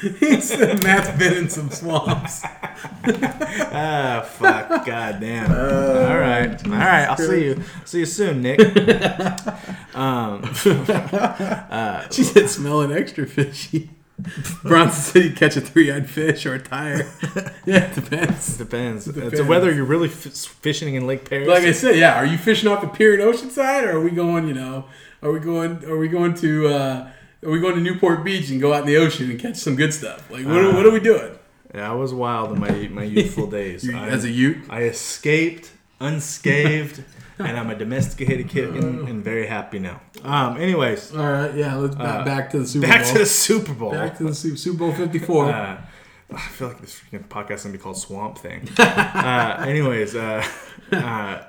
[SPEAKER 2] He said Matt's been in some swamps.
[SPEAKER 1] Ah fuck, goddamn.
[SPEAKER 2] Uh,
[SPEAKER 1] all right, all right. I'll see you. See you soon, Nick.
[SPEAKER 2] She said smelling extra fishy. [laughs] Bronson said you catch a three-eyed fish or a tire. [laughs] Yeah, it depends.
[SPEAKER 1] Depends. It's
[SPEAKER 2] Depends.
[SPEAKER 1] whether you're really f- fishing in Lake Paris.
[SPEAKER 2] Like I said, yeah, are you fishing off the pier in Oceanside, or are we going? You know, are we going? Are we going to? Uh, are we going to Newport Beach and go out in the ocean and catch some good stuff? Like, what, are- what are we doing?
[SPEAKER 1] yeah, I was wild in my my youthful
[SPEAKER 2] [laughs]
[SPEAKER 1] days.
[SPEAKER 2] You-
[SPEAKER 1] I-
[SPEAKER 2] as a Ute,
[SPEAKER 1] I escaped
[SPEAKER 2] [laughs]
[SPEAKER 1] unscathed, and I'm a domesticated kitten and very happy now.
[SPEAKER 2] Oh.
[SPEAKER 1] Um, anyways,
[SPEAKER 2] all right, yeah. Let's back, back to the Super
[SPEAKER 1] Uh, back
[SPEAKER 2] Bowl.
[SPEAKER 1] to the Super Bowl.
[SPEAKER 2] back to the Su- Super Bowl Fifty Four.
[SPEAKER 1] Uh, I feel like this freaking podcast is gonna be called Swamp
[SPEAKER 2] [laughs]
[SPEAKER 1] Thing. uh, anyways, uh, uh,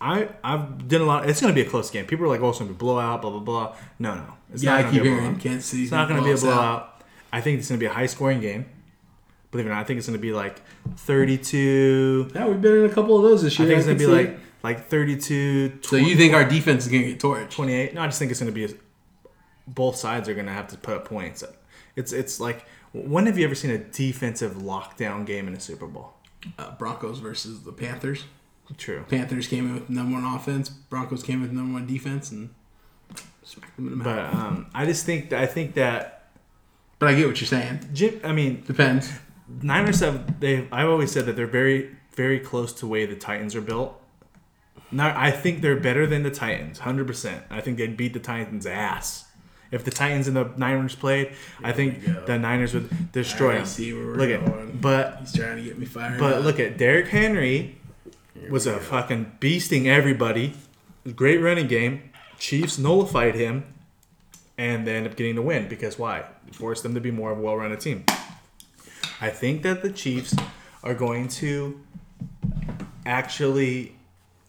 [SPEAKER 1] I I've done a lot. It's gonna be a close game. People are like, "Oh, it's gonna be a blowout." Blah blah blah. No, no, it's
[SPEAKER 2] yeah, I
[SPEAKER 1] gonna
[SPEAKER 2] keep
[SPEAKER 1] be a
[SPEAKER 2] hearing
[SPEAKER 1] blowout.
[SPEAKER 2] Kansas City's
[SPEAKER 1] It's not going to be a
[SPEAKER 2] blow us out.
[SPEAKER 1] blowout. I think it's going to be a high scoring game. Believe it or not, I think it's going to be like 32.
[SPEAKER 2] Yeah, we've been in a couple of those this
[SPEAKER 1] I
[SPEAKER 2] year.
[SPEAKER 1] think it's going to
[SPEAKER 2] can
[SPEAKER 1] be
[SPEAKER 2] see
[SPEAKER 1] like
[SPEAKER 2] it.
[SPEAKER 1] like 32
[SPEAKER 2] So you think our defense is going to get torched?
[SPEAKER 1] 28. No, I just think it's going to be both sides are going to have to put up points. It's it's like when have you ever seen a defensive lockdown game in a Super Bowl?
[SPEAKER 2] Uh, Broncos versus the Panthers.
[SPEAKER 1] True.
[SPEAKER 2] Panthers came in with number one offense. Broncos came in with number one defense and smacked them in the mouth.
[SPEAKER 1] But um, I just think I think that
[SPEAKER 2] But I get what you're saying.
[SPEAKER 1] Jim, I mean
[SPEAKER 2] Depends.
[SPEAKER 1] Niners have they. I've always said that they're very very close to the way the Titans are built. Now I think they're better than the Titans, hundred percent. I think they'd beat the Titans' ass. If the Titans and the Niners played, I think
[SPEAKER 2] we go.
[SPEAKER 1] the Niners would destroy
[SPEAKER 2] I
[SPEAKER 1] them.
[SPEAKER 2] see where we're
[SPEAKER 1] look
[SPEAKER 2] going.
[SPEAKER 1] at, but
[SPEAKER 2] He's trying to get me fired.
[SPEAKER 1] but
[SPEAKER 2] up.
[SPEAKER 1] look at Derrick Henry was a fucking beasting everybody. Great running game. Chiefs nullified him, and they end up getting the win because why? Forced them to be more of a well-rounded team. I think that the Chiefs are going to actually,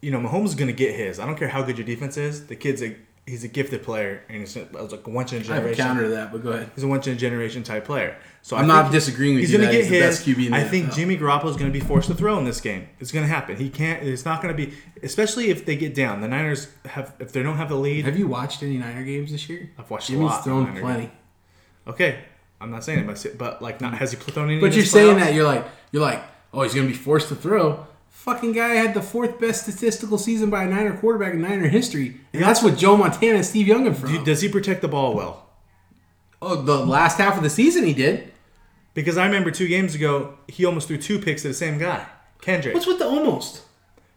[SPEAKER 1] you know, Mahomes is going to get his. I don't care how good your defense is. The kid's a he's a gifted player, and he's a- like a once in a
[SPEAKER 2] I have a
[SPEAKER 1] generation.
[SPEAKER 2] counter to that, but go ahead.
[SPEAKER 1] He's a once in a generation type player. So
[SPEAKER 2] I'm
[SPEAKER 1] I
[SPEAKER 2] not
[SPEAKER 1] think-
[SPEAKER 2] disagreeing with
[SPEAKER 1] He's
[SPEAKER 2] you.
[SPEAKER 1] going to
[SPEAKER 2] that
[SPEAKER 1] get
[SPEAKER 2] he's the
[SPEAKER 1] his.
[SPEAKER 2] best QB in the
[SPEAKER 1] I think
[SPEAKER 2] NFL.
[SPEAKER 1] Jimmy Garoppolo is going to be forced to throw in this game. It's going to happen. He can't. It's not going to be, especially if they get down. The Niners have if they don't have the lead.
[SPEAKER 2] Have you watched any Niner games this year?
[SPEAKER 1] I've watched a
[SPEAKER 2] Jimmy's
[SPEAKER 1] lot. of
[SPEAKER 2] thrown
[SPEAKER 1] Niner
[SPEAKER 2] plenty.
[SPEAKER 1] games. Okay, I'm not saying it, but, but like, not has he thrown any? in
[SPEAKER 2] But you're
[SPEAKER 1] this
[SPEAKER 2] saying
[SPEAKER 1] playoffs?
[SPEAKER 2] that you're like you're like, oh, he's gonna be forced to throw. Fucking guy had the fourth best statistical season by a Niner quarterback in Niner history, and that's what Joe Montana and Steve Young are from.
[SPEAKER 1] Do- does he protect the ball well?
[SPEAKER 2] oh, the last half of the season he did.
[SPEAKER 1] Because I remember two games ago, he almost threw two picks to the same guy, Kendrick.
[SPEAKER 2] What's with the almost?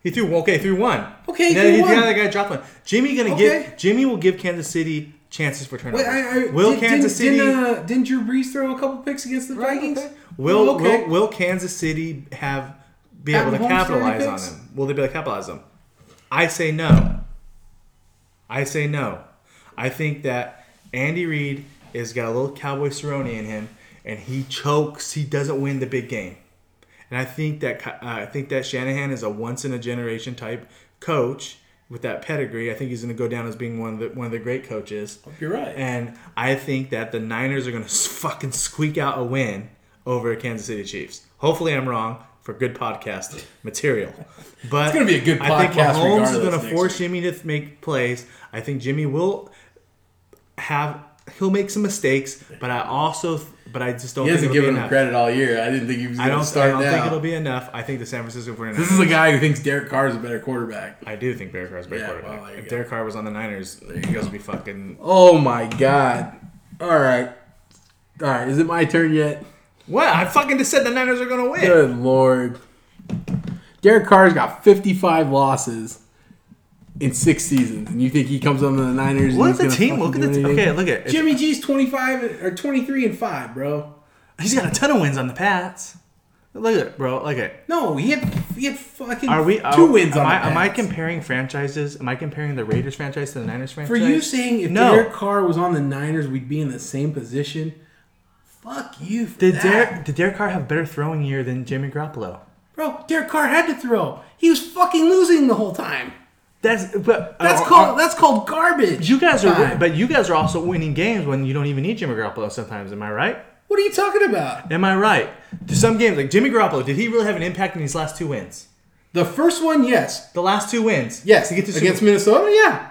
[SPEAKER 1] He threw okay, threw one.
[SPEAKER 2] Okay, he
[SPEAKER 1] yeah,
[SPEAKER 2] threw
[SPEAKER 1] he-
[SPEAKER 2] one.
[SPEAKER 1] yeah, that guy dropped one. Jimmy gonna
[SPEAKER 2] Okay.
[SPEAKER 1] give Jimmy will give Kansas City chances for turnovers.
[SPEAKER 2] Wait, I, I,
[SPEAKER 1] will
[SPEAKER 2] did,
[SPEAKER 1] Kansas
[SPEAKER 2] didn't,
[SPEAKER 1] City
[SPEAKER 2] Didn't, uh, didn't Drew Brees throw a couple picks against the Vikings?
[SPEAKER 1] Okay. Will,
[SPEAKER 2] Oh, okay.
[SPEAKER 1] will will Kansas City have be
[SPEAKER 2] Have
[SPEAKER 1] able to
[SPEAKER 2] Mahomes throw any
[SPEAKER 1] capitalize on
[SPEAKER 2] picks?
[SPEAKER 1] him? Will they be able to capitalize on him? I say no. I say no. I think that Andy Reid has got a little cowboy Cerrone in him, and he chokes. He doesn't win the big game, and I think that uh, I think that Shanahan is a once in a generation type coach with that pedigree. I think he's going to go down as being one of the one of the great coaches.
[SPEAKER 2] Hope you're right.
[SPEAKER 1] And I think that the Niners are going to fucking squeak out a win over Kansas City Chiefs. Hopefully, I'm wrong for good podcast material. But
[SPEAKER 2] It's gonna be a good
[SPEAKER 1] I think Mahomes
[SPEAKER 2] podcast
[SPEAKER 1] is
[SPEAKER 2] regardless
[SPEAKER 1] going to
[SPEAKER 2] next
[SPEAKER 1] force Jimmy to th- make plays. I think Jimmy will have he'll make some mistakes, but I also but I just don't.
[SPEAKER 2] He
[SPEAKER 1] think
[SPEAKER 2] hasn't
[SPEAKER 1] it'll be
[SPEAKER 2] given him
[SPEAKER 1] enough.
[SPEAKER 2] credit all year. I didn't think he was
[SPEAKER 1] I
[SPEAKER 2] going
[SPEAKER 1] don't.
[SPEAKER 2] to start
[SPEAKER 1] I don't
[SPEAKER 2] now.
[SPEAKER 1] think it'll be enough. I think the San Francisco 49ers.
[SPEAKER 2] this is a guy who thinks Derek Carr is a better quarterback.
[SPEAKER 1] I do think Derek Carr is a better
[SPEAKER 2] Yeah,
[SPEAKER 1] quarterback.
[SPEAKER 2] well, there you
[SPEAKER 1] if
[SPEAKER 2] go.
[SPEAKER 1] Derek Carr was on the Niners, he goes to be fucking.
[SPEAKER 2] Oh my god! All right, all right. Is it my turn yet?
[SPEAKER 1] What? I fucking just said the Niners are going to win.
[SPEAKER 2] Good lord. Derek Carr's got 55 losses in six seasons, and you think he comes on to the Niners? and
[SPEAKER 1] Look
[SPEAKER 2] he's
[SPEAKER 1] at the
[SPEAKER 2] gonna
[SPEAKER 1] team.
[SPEAKER 2] fucking
[SPEAKER 1] Look at
[SPEAKER 2] do
[SPEAKER 1] the team.
[SPEAKER 2] anything?
[SPEAKER 1] Okay, look at
[SPEAKER 2] Jimmy G's 25 or 23 and five, bro.
[SPEAKER 1] He's got a ton of wins on the Pats. Look at it, bro. Look at it.
[SPEAKER 2] No, he had he had fucking
[SPEAKER 1] Are we
[SPEAKER 2] two
[SPEAKER 1] are-
[SPEAKER 2] wins
[SPEAKER 1] Am
[SPEAKER 2] on
[SPEAKER 1] I,
[SPEAKER 2] the
[SPEAKER 1] am I
[SPEAKER 2] Pats.
[SPEAKER 1] comparing franchises? Am I comparing the Raiders franchise to the Niners
[SPEAKER 2] For
[SPEAKER 1] franchise?
[SPEAKER 2] you saying if
[SPEAKER 1] No.
[SPEAKER 2] Derek Carr was on the Niners, we'd be in the same position. Fuck you. For
[SPEAKER 1] did
[SPEAKER 2] that.
[SPEAKER 1] Derek did Derek Carr have better throwing year than Jimmy Garoppolo?
[SPEAKER 2] Bro, Derek Carr had to throw. He was fucking losing the whole time.
[SPEAKER 1] That's but
[SPEAKER 2] That's
[SPEAKER 1] uh,
[SPEAKER 2] called
[SPEAKER 1] uh,
[SPEAKER 2] that's called garbage.
[SPEAKER 1] you guys are,
[SPEAKER 2] time.
[SPEAKER 1] but you guys are also winning games when you don't even need Jimmy Garoppolo. Sometimes, am I right?
[SPEAKER 2] What are you talking about?
[SPEAKER 1] Am I right? To some games, like Jimmy Garoppolo, did he really have an impact in these last two wins?
[SPEAKER 2] The first one, yes,
[SPEAKER 1] The last two wins,
[SPEAKER 2] yes,
[SPEAKER 1] to get to Super
[SPEAKER 2] against Minnesota, yeah.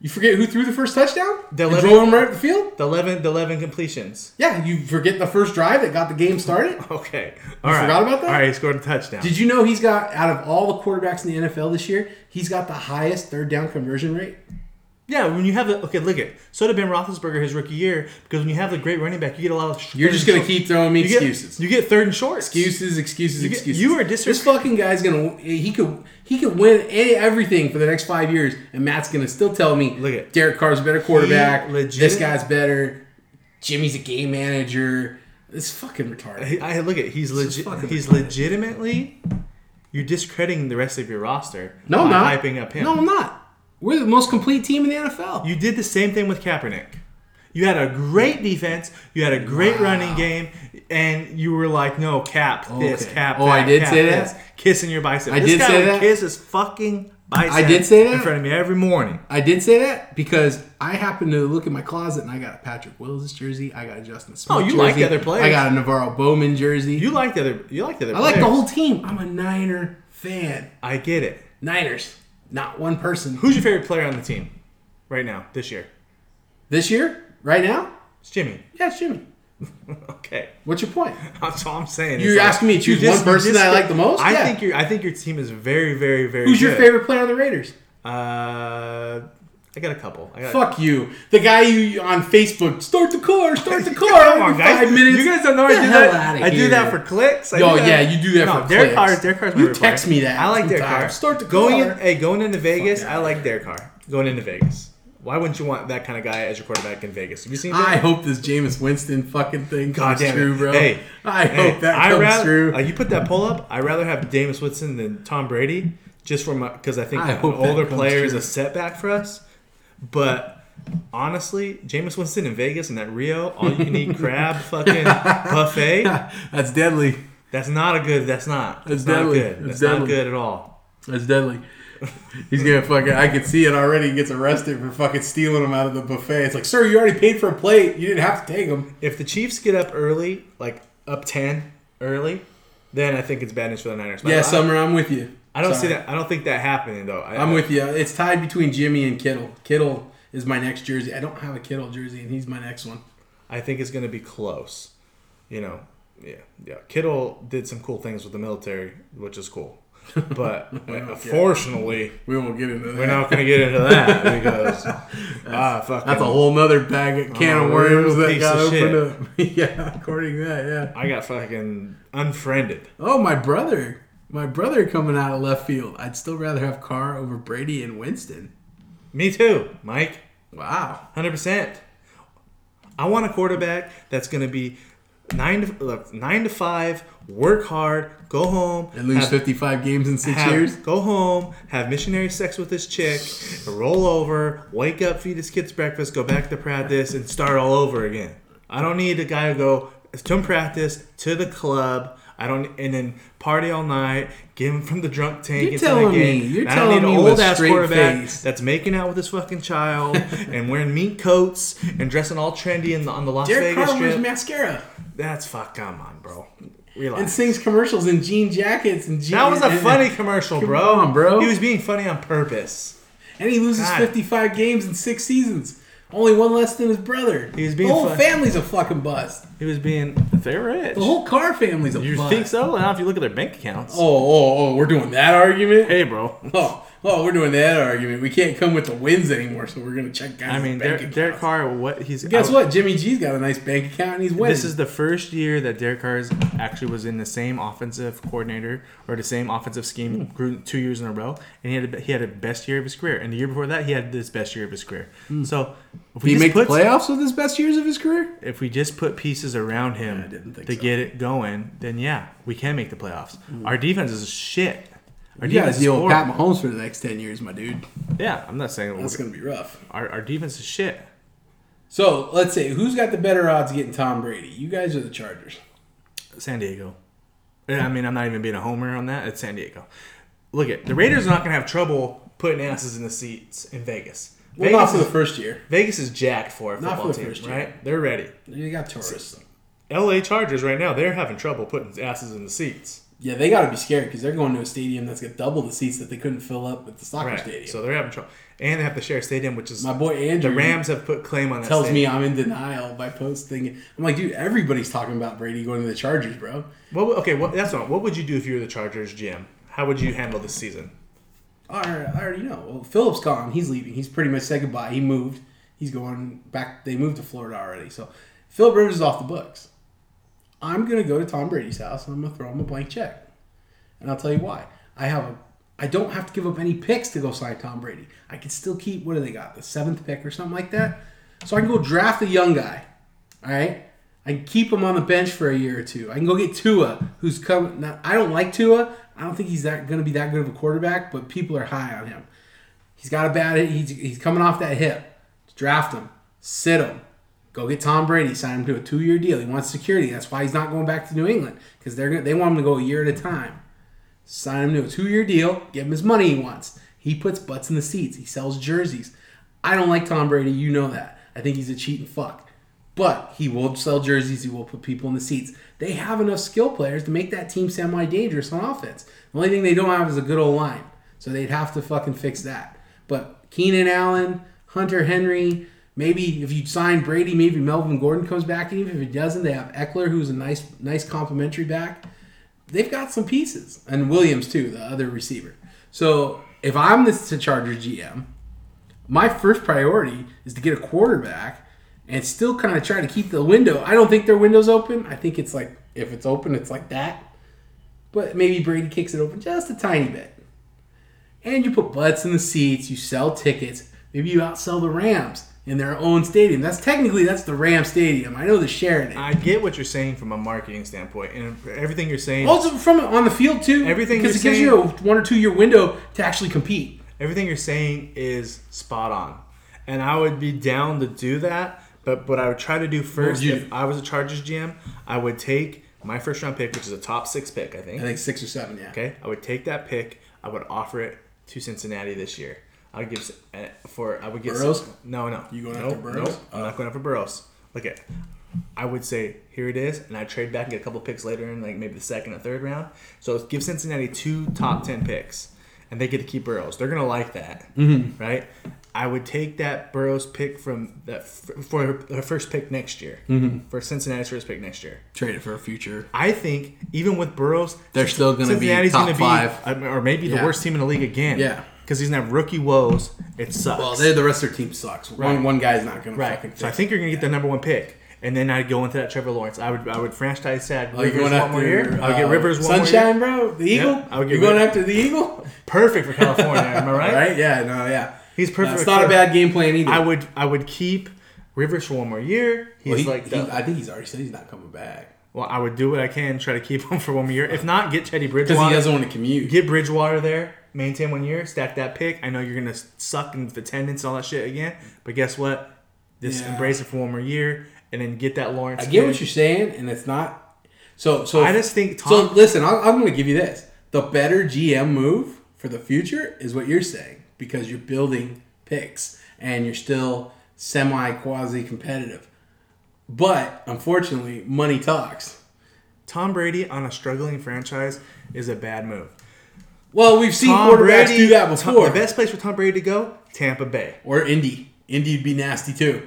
[SPEAKER 2] You forget who threw the first touchdown?
[SPEAKER 1] The
[SPEAKER 2] And
[SPEAKER 1] 11
[SPEAKER 2] drove him right up the field.
[SPEAKER 1] the eleven, the eleven completions.
[SPEAKER 2] Yeah, you forget the first drive that got the game started.
[SPEAKER 1] Okay, all right.
[SPEAKER 2] forgot about that?
[SPEAKER 1] All right, he scored a touchdown.
[SPEAKER 2] Did you know he's got out of all the quarterbacks in the NFL this year, he's got the highest third down conversion rate?
[SPEAKER 1] Yeah, when you have the okay, look at so did Ben Roethlisberger his rookie year because when you have the great running back, you get a lot of. sh-
[SPEAKER 2] You're just gonna keep throwing me
[SPEAKER 1] you get,
[SPEAKER 2] excuses.
[SPEAKER 1] You get third and shorts.
[SPEAKER 2] Excuses, excuses,
[SPEAKER 1] get-
[SPEAKER 2] excuses.
[SPEAKER 1] you are
[SPEAKER 2] This fucking guy's gonna. He could. He could win a- everything for the next five years, and Matt's gonna still tell me,
[SPEAKER 1] Look at-
[SPEAKER 2] Derek Carr's a better quarterback.
[SPEAKER 1] He legit-
[SPEAKER 2] this guy's better. Jimmy's a game manager. It's fucking retarded.
[SPEAKER 1] He- I look at he's legit.
[SPEAKER 2] fucking
[SPEAKER 1] He's legitimately. You're discrediting the rest of your roster.
[SPEAKER 2] No,
[SPEAKER 1] by
[SPEAKER 2] I'm not
[SPEAKER 1] hyping up him.
[SPEAKER 2] No, I'm not. We're the most complete team in the NFL.
[SPEAKER 1] You did the same thing with Kaepernick. You had a great defense. You had a great running game, and you were like, "No, cap this,
[SPEAKER 2] Okay.
[SPEAKER 1] cap
[SPEAKER 2] Oh,
[SPEAKER 1] that,
[SPEAKER 2] I did
[SPEAKER 1] cap
[SPEAKER 2] say that?
[SPEAKER 1] this, kissing your bicep."
[SPEAKER 2] I
[SPEAKER 1] this
[SPEAKER 2] did
[SPEAKER 1] guy
[SPEAKER 2] say
[SPEAKER 1] would
[SPEAKER 2] that?
[SPEAKER 1] Kiss his fucking bicep.
[SPEAKER 2] did say
[SPEAKER 1] in
[SPEAKER 2] that?
[SPEAKER 1] front of me every morning.
[SPEAKER 2] I did say that because I happened to look in my closet and I got a Patrick Willis jersey. I got a Justin Smith.
[SPEAKER 1] Oh, you
[SPEAKER 2] jersey.
[SPEAKER 1] like the other players.
[SPEAKER 2] I got a Navarro Bowman jersey.
[SPEAKER 1] You like the other. You like the other.
[SPEAKER 2] I like the
[SPEAKER 1] players.
[SPEAKER 2] whole team. I'm a Niner fan.
[SPEAKER 1] I get it.
[SPEAKER 2] Niners. Not one person.
[SPEAKER 1] Who's your favorite player on the team right now this year?
[SPEAKER 2] This year? Right now?
[SPEAKER 1] It's Jimmy.
[SPEAKER 2] Yeah, it's Jimmy.
[SPEAKER 1] Okay, [laughs]
[SPEAKER 2] What's your point?
[SPEAKER 1] that's all I'm saying.
[SPEAKER 2] You're
[SPEAKER 1] It's
[SPEAKER 2] asking me to choose
[SPEAKER 1] you
[SPEAKER 2] one person
[SPEAKER 1] you
[SPEAKER 2] that I like the most?
[SPEAKER 1] I
[SPEAKER 2] Yeah.
[SPEAKER 1] think your I think your team is very, very, very.
[SPEAKER 2] Who's your
[SPEAKER 1] good.
[SPEAKER 2] favorite player on the Raiders?
[SPEAKER 1] Uh, I got a couple. I got
[SPEAKER 2] Fuck you. The guy you on Facebook, start the car, start
[SPEAKER 1] [laughs]
[SPEAKER 2] the car.
[SPEAKER 1] Come on,
[SPEAKER 2] every
[SPEAKER 1] guys!
[SPEAKER 2] Five minutes.
[SPEAKER 1] You guys don't know I
[SPEAKER 2] Get the
[SPEAKER 1] do
[SPEAKER 2] hell
[SPEAKER 1] that.
[SPEAKER 2] outta
[SPEAKER 1] I do that
[SPEAKER 2] here.
[SPEAKER 1] for clicks. I
[SPEAKER 2] Yo,
[SPEAKER 1] do that-
[SPEAKER 2] yeah, you do that
[SPEAKER 1] no,
[SPEAKER 2] for
[SPEAKER 1] Derek
[SPEAKER 2] clicks.
[SPEAKER 1] Carr. Derek Carr's my
[SPEAKER 2] You
[SPEAKER 1] favorite
[SPEAKER 2] text
[SPEAKER 1] player.
[SPEAKER 2] me that
[SPEAKER 1] I like Derek
[SPEAKER 2] sometimes.
[SPEAKER 1] Carr.
[SPEAKER 2] Start the
[SPEAKER 1] going
[SPEAKER 2] car.
[SPEAKER 1] in. Hey, going into Vegas,
[SPEAKER 2] outta
[SPEAKER 1] I like Derek Carr. Going into Vegas. Why wouldn't you want that kind of guy as your quarterback in Vegas? Have you seen?
[SPEAKER 2] I
[SPEAKER 1] Vegas?
[SPEAKER 2] hope this Jameis Winston fucking thing
[SPEAKER 1] God
[SPEAKER 2] comes
[SPEAKER 1] damn
[SPEAKER 2] true,
[SPEAKER 1] it.
[SPEAKER 2] bro.
[SPEAKER 1] Hey,
[SPEAKER 2] I
[SPEAKER 1] hey,
[SPEAKER 2] hope that
[SPEAKER 1] I
[SPEAKER 2] comes
[SPEAKER 1] rather,
[SPEAKER 2] true.
[SPEAKER 1] Like you put that poll up, I'd rather have Jameis Winston than Tom Brady, just for my because I think
[SPEAKER 2] I
[SPEAKER 1] an
[SPEAKER 2] hope that
[SPEAKER 1] older
[SPEAKER 2] comes
[SPEAKER 1] player is
[SPEAKER 2] true.
[SPEAKER 1] a setback for us. But honestly, Jameis Winston in Vegas and that Rio all you can
[SPEAKER 2] [laughs]
[SPEAKER 1] eat crab fucking buffet.
[SPEAKER 2] That's deadly.
[SPEAKER 1] That's not a good. That's not. That's
[SPEAKER 2] That's
[SPEAKER 1] not
[SPEAKER 2] deadly.
[SPEAKER 1] good.
[SPEAKER 2] That's
[SPEAKER 1] That's not
[SPEAKER 2] deadly.
[SPEAKER 1] good at all.
[SPEAKER 2] That's deadly. He's gonna fucking. I can see it already. He gets arrested for fucking stealing him out of the buffet. It's like, sir, you already paid for a plate. You didn't have to take him.
[SPEAKER 1] If the Chiefs get up early, like up ten early, then I think it's bad news for the Niners. But
[SPEAKER 2] Yeah,
[SPEAKER 1] I,
[SPEAKER 2] Summer, I'm with you.
[SPEAKER 1] I don't see
[SPEAKER 2] Sorry.
[SPEAKER 1] that. I don't think that happening though. I,
[SPEAKER 2] I'm with you. It's tied between Jimmy and Kittle. Kittle is my next jersey. I don't have a Kittle jersey, and he's my next one.
[SPEAKER 1] I think it's going to be close. You know, yeah, yeah. Kittle did some cool things with the military, which is cool.
[SPEAKER 2] [laughs]
[SPEAKER 1] But unfortunately,
[SPEAKER 2] We won't get into that.
[SPEAKER 1] we're not going to get into that
[SPEAKER 2] [laughs]
[SPEAKER 1] because ah, fucking,
[SPEAKER 2] That's a whole nother bag of can
[SPEAKER 1] I'm
[SPEAKER 2] of
[SPEAKER 1] a real
[SPEAKER 2] worms that
[SPEAKER 1] Oh, piece
[SPEAKER 2] got
[SPEAKER 1] of
[SPEAKER 2] opened up. [laughs] yeah, according to that, yeah.
[SPEAKER 1] I got fucking unfriended.
[SPEAKER 2] Oh, my brother. My brother coming out of left field. I'd still rather have Carr over Brady and Winston.
[SPEAKER 1] Me too, Mike.
[SPEAKER 2] Wow.
[SPEAKER 1] Hundred percent. I want a quarterback that's going to be nine to look, nine to five, work hard, go home,
[SPEAKER 2] and lose
[SPEAKER 1] have-
[SPEAKER 2] 55 games in six
[SPEAKER 1] have-
[SPEAKER 2] years.
[SPEAKER 1] Go home, have missionary sex with this chick, roll over, wake up, feed his kids breakfast, go back to practice, and start all over again. I don't need a guy to go from practice to the club. I don't, and then party all night, get him from the drunk tank.
[SPEAKER 2] You're
[SPEAKER 1] into the
[SPEAKER 2] telling me-
[SPEAKER 1] game.
[SPEAKER 2] you're
[SPEAKER 1] I don't
[SPEAKER 2] telling
[SPEAKER 1] need
[SPEAKER 2] me
[SPEAKER 1] an
[SPEAKER 2] with
[SPEAKER 1] old-ass
[SPEAKER 2] straight
[SPEAKER 1] quarterback
[SPEAKER 2] face.
[SPEAKER 1] that's making out with his fucking child [laughs] and wearing mink coats and dressing all trendy in the, on the Las
[SPEAKER 2] Derek
[SPEAKER 1] Vegas
[SPEAKER 2] Carr wears
[SPEAKER 1] Strip.
[SPEAKER 2] mascara
[SPEAKER 1] that's fuck, come on, bro. Relax.
[SPEAKER 2] and sings commercials in jean jackets and jean.
[SPEAKER 1] That was a
[SPEAKER 2] and-
[SPEAKER 1] funny commercial,
[SPEAKER 2] Come
[SPEAKER 1] bro.
[SPEAKER 2] on, bro.
[SPEAKER 1] He was being funny on purpose.
[SPEAKER 2] And he loses
[SPEAKER 1] God.
[SPEAKER 2] 55 games in six seasons. Only one less than his brother.
[SPEAKER 1] He was being
[SPEAKER 2] the whole
[SPEAKER 1] fun-
[SPEAKER 2] family's a fucking bust.
[SPEAKER 1] He was being. They're rich.
[SPEAKER 2] The whole Carr family's a
[SPEAKER 1] you
[SPEAKER 2] bust.
[SPEAKER 1] think so? Now, if you look at their bank accounts.
[SPEAKER 2] Oh, oh, oh, we're doing that argument?
[SPEAKER 1] Hey, bro.
[SPEAKER 2] Oh, oh, we're doing that argument. We can't come with the wins anymore, so we're gonna check guys.
[SPEAKER 1] I mean,
[SPEAKER 2] bank
[SPEAKER 1] Derek, Derek
[SPEAKER 2] accounts.
[SPEAKER 1] Carr. What he's
[SPEAKER 2] Guess
[SPEAKER 1] I-
[SPEAKER 2] what? Jimmy G's got a nice bank account and he's winning.
[SPEAKER 1] This is the first year that Derek Carr is- actually was in the same offensive coordinator or the same offensive scheme
[SPEAKER 2] Hmm.
[SPEAKER 1] Gruden, two years in a row, and he had a, he had a best year of his career. And the year before that, he had this best year of his career.
[SPEAKER 2] Hmm.
[SPEAKER 1] So if
[SPEAKER 2] Did he
[SPEAKER 1] just
[SPEAKER 2] make the
[SPEAKER 1] put-
[SPEAKER 2] playoffs with his best years of his career?
[SPEAKER 1] if we just put pieces around him
[SPEAKER 2] I didn't think
[SPEAKER 1] to
[SPEAKER 2] so. Mm.
[SPEAKER 1] get it going, then yeah, we can make the playoffs. Our defense is shit. Our
[SPEAKER 2] You gotta
[SPEAKER 1] defense is
[SPEAKER 2] deal with Pat
[SPEAKER 1] horrible.
[SPEAKER 2] Mahomes for the next ten years, my dude.
[SPEAKER 1] Yeah, I'm not saying
[SPEAKER 2] That's gonna be rough.
[SPEAKER 1] our, our defense is shit.
[SPEAKER 2] So let's say who's got the better odds of getting Tom Brady? You guys are the Chargers.
[SPEAKER 1] San Diego. Yeah, I mean, I'm not even being a homer on that. It's San Diego. Look at the Raiders are not gonna have trouble putting asses in the seats in Vegas.
[SPEAKER 2] Well, not
[SPEAKER 1] Vegas,
[SPEAKER 2] for the
[SPEAKER 1] is,
[SPEAKER 2] first year.
[SPEAKER 1] Vegas is jacked for a
[SPEAKER 2] Not
[SPEAKER 1] football
[SPEAKER 2] for the
[SPEAKER 1] team,
[SPEAKER 2] first year.
[SPEAKER 1] right? They're ready.
[SPEAKER 2] You got tourists.
[SPEAKER 1] L.A. Chargers right now they're having trouble putting asses in the seats.
[SPEAKER 2] Yeah, they got to be scared because they're going to a stadium that's got double the seats that they couldn't fill up at the soccer
[SPEAKER 1] Right.
[SPEAKER 2] stadium.
[SPEAKER 1] So they're having trouble, and they have to share a stadium, which is
[SPEAKER 2] my boy Andrew
[SPEAKER 1] The Rams have put claim on that.
[SPEAKER 2] Mm-hmm. tells me
[SPEAKER 1] stadium.
[SPEAKER 2] I'm in denial by posting. it. I'm like, dude, everybody's talking about Brady going to the Chargers, bro.
[SPEAKER 1] What, would- okay, what, that's not. What would you do if you were the Chargers GM? How would you handle this season?
[SPEAKER 2] I already, I already know. Well, Phillips gone. He's leaving. He's pretty much said goodbye. He moved. He's going back. They moved to Florida already. So Phil Rivers is off the books. I'm gonna go to Tom Brady's house and I'm gonna throw him a blank check, and I'll tell you why. I have a. I don't have to give up any picks to go sign Tom Brady. I can still keep what do they got? The seventh pick or something like that. So I can go draft a young guy. All right. I can keep him on the bench for a year or two. I can go get Tua, who's come. Now, I don't like Tua. I don't think he's that going to be that good of a quarterback, but people are high on him. He's got a bad. He's, he's coming off that hip. Draft him. Sit him. Go get Tom Brady. Sign him to a two-year deal. He wants security. That's why he's not going back to New England because they're gonna- they want him to go a year at a time. Sign him to a two-year deal. Give him his money he wants. He puts butts in the seats. He sells jerseys. I don't like Tom Brady. You know that. I think he's a cheating fuck. But he will sell jerseys. He will put people in the seats. They have enough skill players to make that team semi-dangerous on offense. The only thing they don't have is a good old line. So they'd have to fucking fix that. But Keenan Allen, Hunter Henry, maybe if you sign Brady, maybe Melvin Gordon comes back. And even if he doesn't, they have Eckler, who's a nice, nice complimentary back. They've got some pieces, and Williams too, the other receiver. So if I'm the Chargers GM, my first priority is to get a quarterback and still kind of try to keep the window. I don't think their window's open. I think it's like if it's open, it's like that. But maybe Brady kicks it open just a tiny bit. And you put butts in the seats, you sell tickets, maybe you outsell the Rams in their own stadium. That's technically that's the Ram stadium. I know they're sharing it.
[SPEAKER 1] I get what you're saying from a marketing standpoint, and everything you're saying,
[SPEAKER 2] Also from on the field too.
[SPEAKER 1] Everything
[SPEAKER 2] because it
[SPEAKER 1] you're
[SPEAKER 2] gives you a one or two year window to actually compete.
[SPEAKER 1] everything you're saying is spot on, and I would be down to do that. But what I would try to do first,
[SPEAKER 2] you
[SPEAKER 1] if I was a Chargers GM, I would take my first round pick, which is a top six pick, I think.
[SPEAKER 2] I think six or seven, yeah.
[SPEAKER 1] Okay, I would take that pick. I would offer it to Cincinnati this year. I would give uh, for I would give
[SPEAKER 2] Burrows?
[SPEAKER 1] No, no,
[SPEAKER 2] You going
[SPEAKER 1] nope,
[SPEAKER 2] after Burrows? Oh.
[SPEAKER 1] Nope, I'm not going after Burrows. Look at, I would say here it is, and I trade back and get a couple picks later in like maybe the second or third round. So give Cincinnati two top ten picks, and they get to keep Burrows. They're gonna like that,
[SPEAKER 2] Mm-hmm.
[SPEAKER 1] right? I would take that Burrows pick from that f- for her first pick next year
[SPEAKER 2] Mm-hmm.
[SPEAKER 1] for Cincinnati's first pick next year.
[SPEAKER 2] Trade it for a future.
[SPEAKER 1] I think even with Burrows,
[SPEAKER 2] They're still gonna be top
[SPEAKER 1] gonna
[SPEAKER 2] five.
[SPEAKER 1] I mean, or maybe the
[SPEAKER 2] Yeah.
[SPEAKER 1] worst team in the league again.
[SPEAKER 2] Yeah.
[SPEAKER 1] because he's gonna have rookie woes. It sucks.
[SPEAKER 2] Well, they, the rest of their team sucks. One one guy's not gonna fucking
[SPEAKER 1] right.
[SPEAKER 2] fix
[SPEAKER 1] So I think you're gonna get the number one pick, and then I'd go into that Trevor Lawrence. I would I would franchise that
[SPEAKER 2] Oh, you're
[SPEAKER 1] Rivers
[SPEAKER 2] going
[SPEAKER 1] one more
[SPEAKER 2] after
[SPEAKER 1] year. I would get
[SPEAKER 2] uh,
[SPEAKER 1] Rivers one more year.
[SPEAKER 2] Sunshine, bro. The Eagle.
[SPEAKER 1] I would get
[SPEAKER 2] You're going
[SPEAKER 1] Rivers.
[SPEAKER 2] after the Eagle,
[SPEAKER 1] Perfect for California. am
[SPEAKER 2] [laughs]
[SPEAKER 1] I right?
[SPEAKER 2] right? Yeah, no, yeah.
[SPEAKER 1] He's perfect.
[SPEAKER 2] it's not a bad game plan either.
[SPEAKER 1] I would I would keep Rivers for one more year. He's
[SPEAKER 2] Well, he-
[SPEAKER 1] like
[SPEAKER 2] he-
[SPEAKER 1] the-
[SPEAKER 2] I think he's already said he's not coming back.
[SPEAKER 1] Well, I would do what I can, try to keep him [laughs] for one more year. If not, get Teddy
[SPEAKER 2] Because
[SPEAKER 1] Bridgewater.
[SPEAKER 2] he doesn't want to commute.
[SPEAKER 1] Get Bridgewater there, maintain one year, stack that pick. I know you're gonna suck in attendance and all that shit again, but guess what? Just
[SPEAKER 2] Yeah.
[SPEAKER 1] embrace it for one more year, and then get that Lawrence.
[SPEAKER 2] I get
[SPEAKER 1] kid.
[SPEAKER 2] what you're saying, and it's not. So so
[SPEAKER 1] I just think Tom.
[SPEAKER 2] so. Listen, I'm, I'm going to give you this: the better GM move for the future is what you're saying because you're building picks and you're still semi quasi competitive. But unfortunately, money talks.
[SPEAKER 1] Tom Brady on a struggling franchise is a bad move.
[SPEAKER 2] Well, we've seen
[SPEAKER 1] Tom
[SPEAKER 2] quarterbacks do that
[SPEAKER 1] Tom-
[SPEAKER 2] before.
[SPEAKER 1] the best place for Tom Brady to go, Tampa Bay.
[SPEAKER 2] or Indy. Indy'd be nasty too.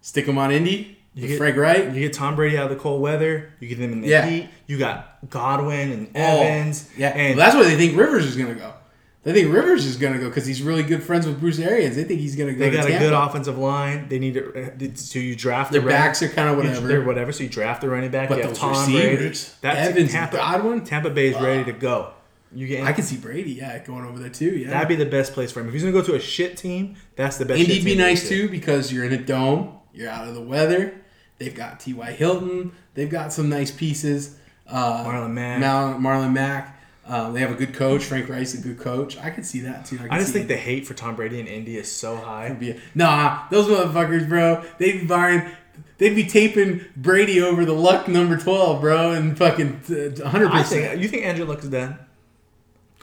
[SPEAKER 2] Stick them on Indy. with
[SPEAKER 1] get-
[SPEAKER 2] Frank Wright.
[SPEAKER 1] You get Tom Brady out of the cold weather. You get him in the
[SPEAKER 2] Yeah.
[SPEAKER 1] heat. You got Godwin and
[SPEAKER 2] Oh,
[SPEAKER 1] Evans.
[SPEAKER 2] Yeah,
[SPEAKER 1] and
[SPEAKER 2] Well, that's where they think Rivers is going to go. They think Rivers is going to go because he's really good friends with Bruce Arians. They think he's going to go.
[SPEAKER 1] they
[SPEAKER 2] to
[SPEAKER 1] got a
[SPEAKER 2] Tampa.
[SPEAKER 1] good offensive line. They need to. uh, So you draft
[SPEAKER 2] Their
[SPEAKER 1] the running-
[SPEAKER 2] backs are kind of
[SPEAKER 1] you-
[SPEAKER 2] whatever.
[SPEAKER 1] They're whatever. So you draft the running back.
[SPEAKER 2] But
[SPEAKER 1] you have
[SPEAKER 2] those
[SPEAKER 1] Tom
[SPEAKER 2] receivers,
[SPEAKER 1] Brady. That's
[SPEAKER 2] Evans and
[SPEAKER 1] Tampa.
[SPEAKER 2] Godwin?
[SPEAKER 1] Tampa Bay is ready to go. You get.
[SPEAKER 2] I can see Brady, yeah, going over there too. Yeah,
[SPEAKER 1] that'd be the best place for him. If he's gonna go to a shit team, that's the best. shit
[SPEAKER 2] Indy'd be
[SPEAKER 1] team to go
[SPEAKER 2] nice
[SPEAKER 1] to.
[SPEAKER 2] too because you're in a dome, you're out of the weather. They've got T.Y. Hilton. They've got some nice pieces. Uh,
[SPEAKER 1] Marlon Mack.
[SPEAKER 2] Mal- Marlon Mack. Um, they have a good coach. Frank Rice, a good coach. I could see that too. could
[SPEAKER 1] I just
[SPEAKER 2] see
[SPEAKER 1] think the hate for Tom Brady in Indy is so high.
[SPEAKER 2] be nah, those motherfuckers, bro. They'd be buying, they'd be taping Brady over the luck number twelve, bro, and fucking hundred
[SPEAKER 1] I
[SPEAKER 2] percent.
[SPEAKER 1] think you think Andrew Luck is done.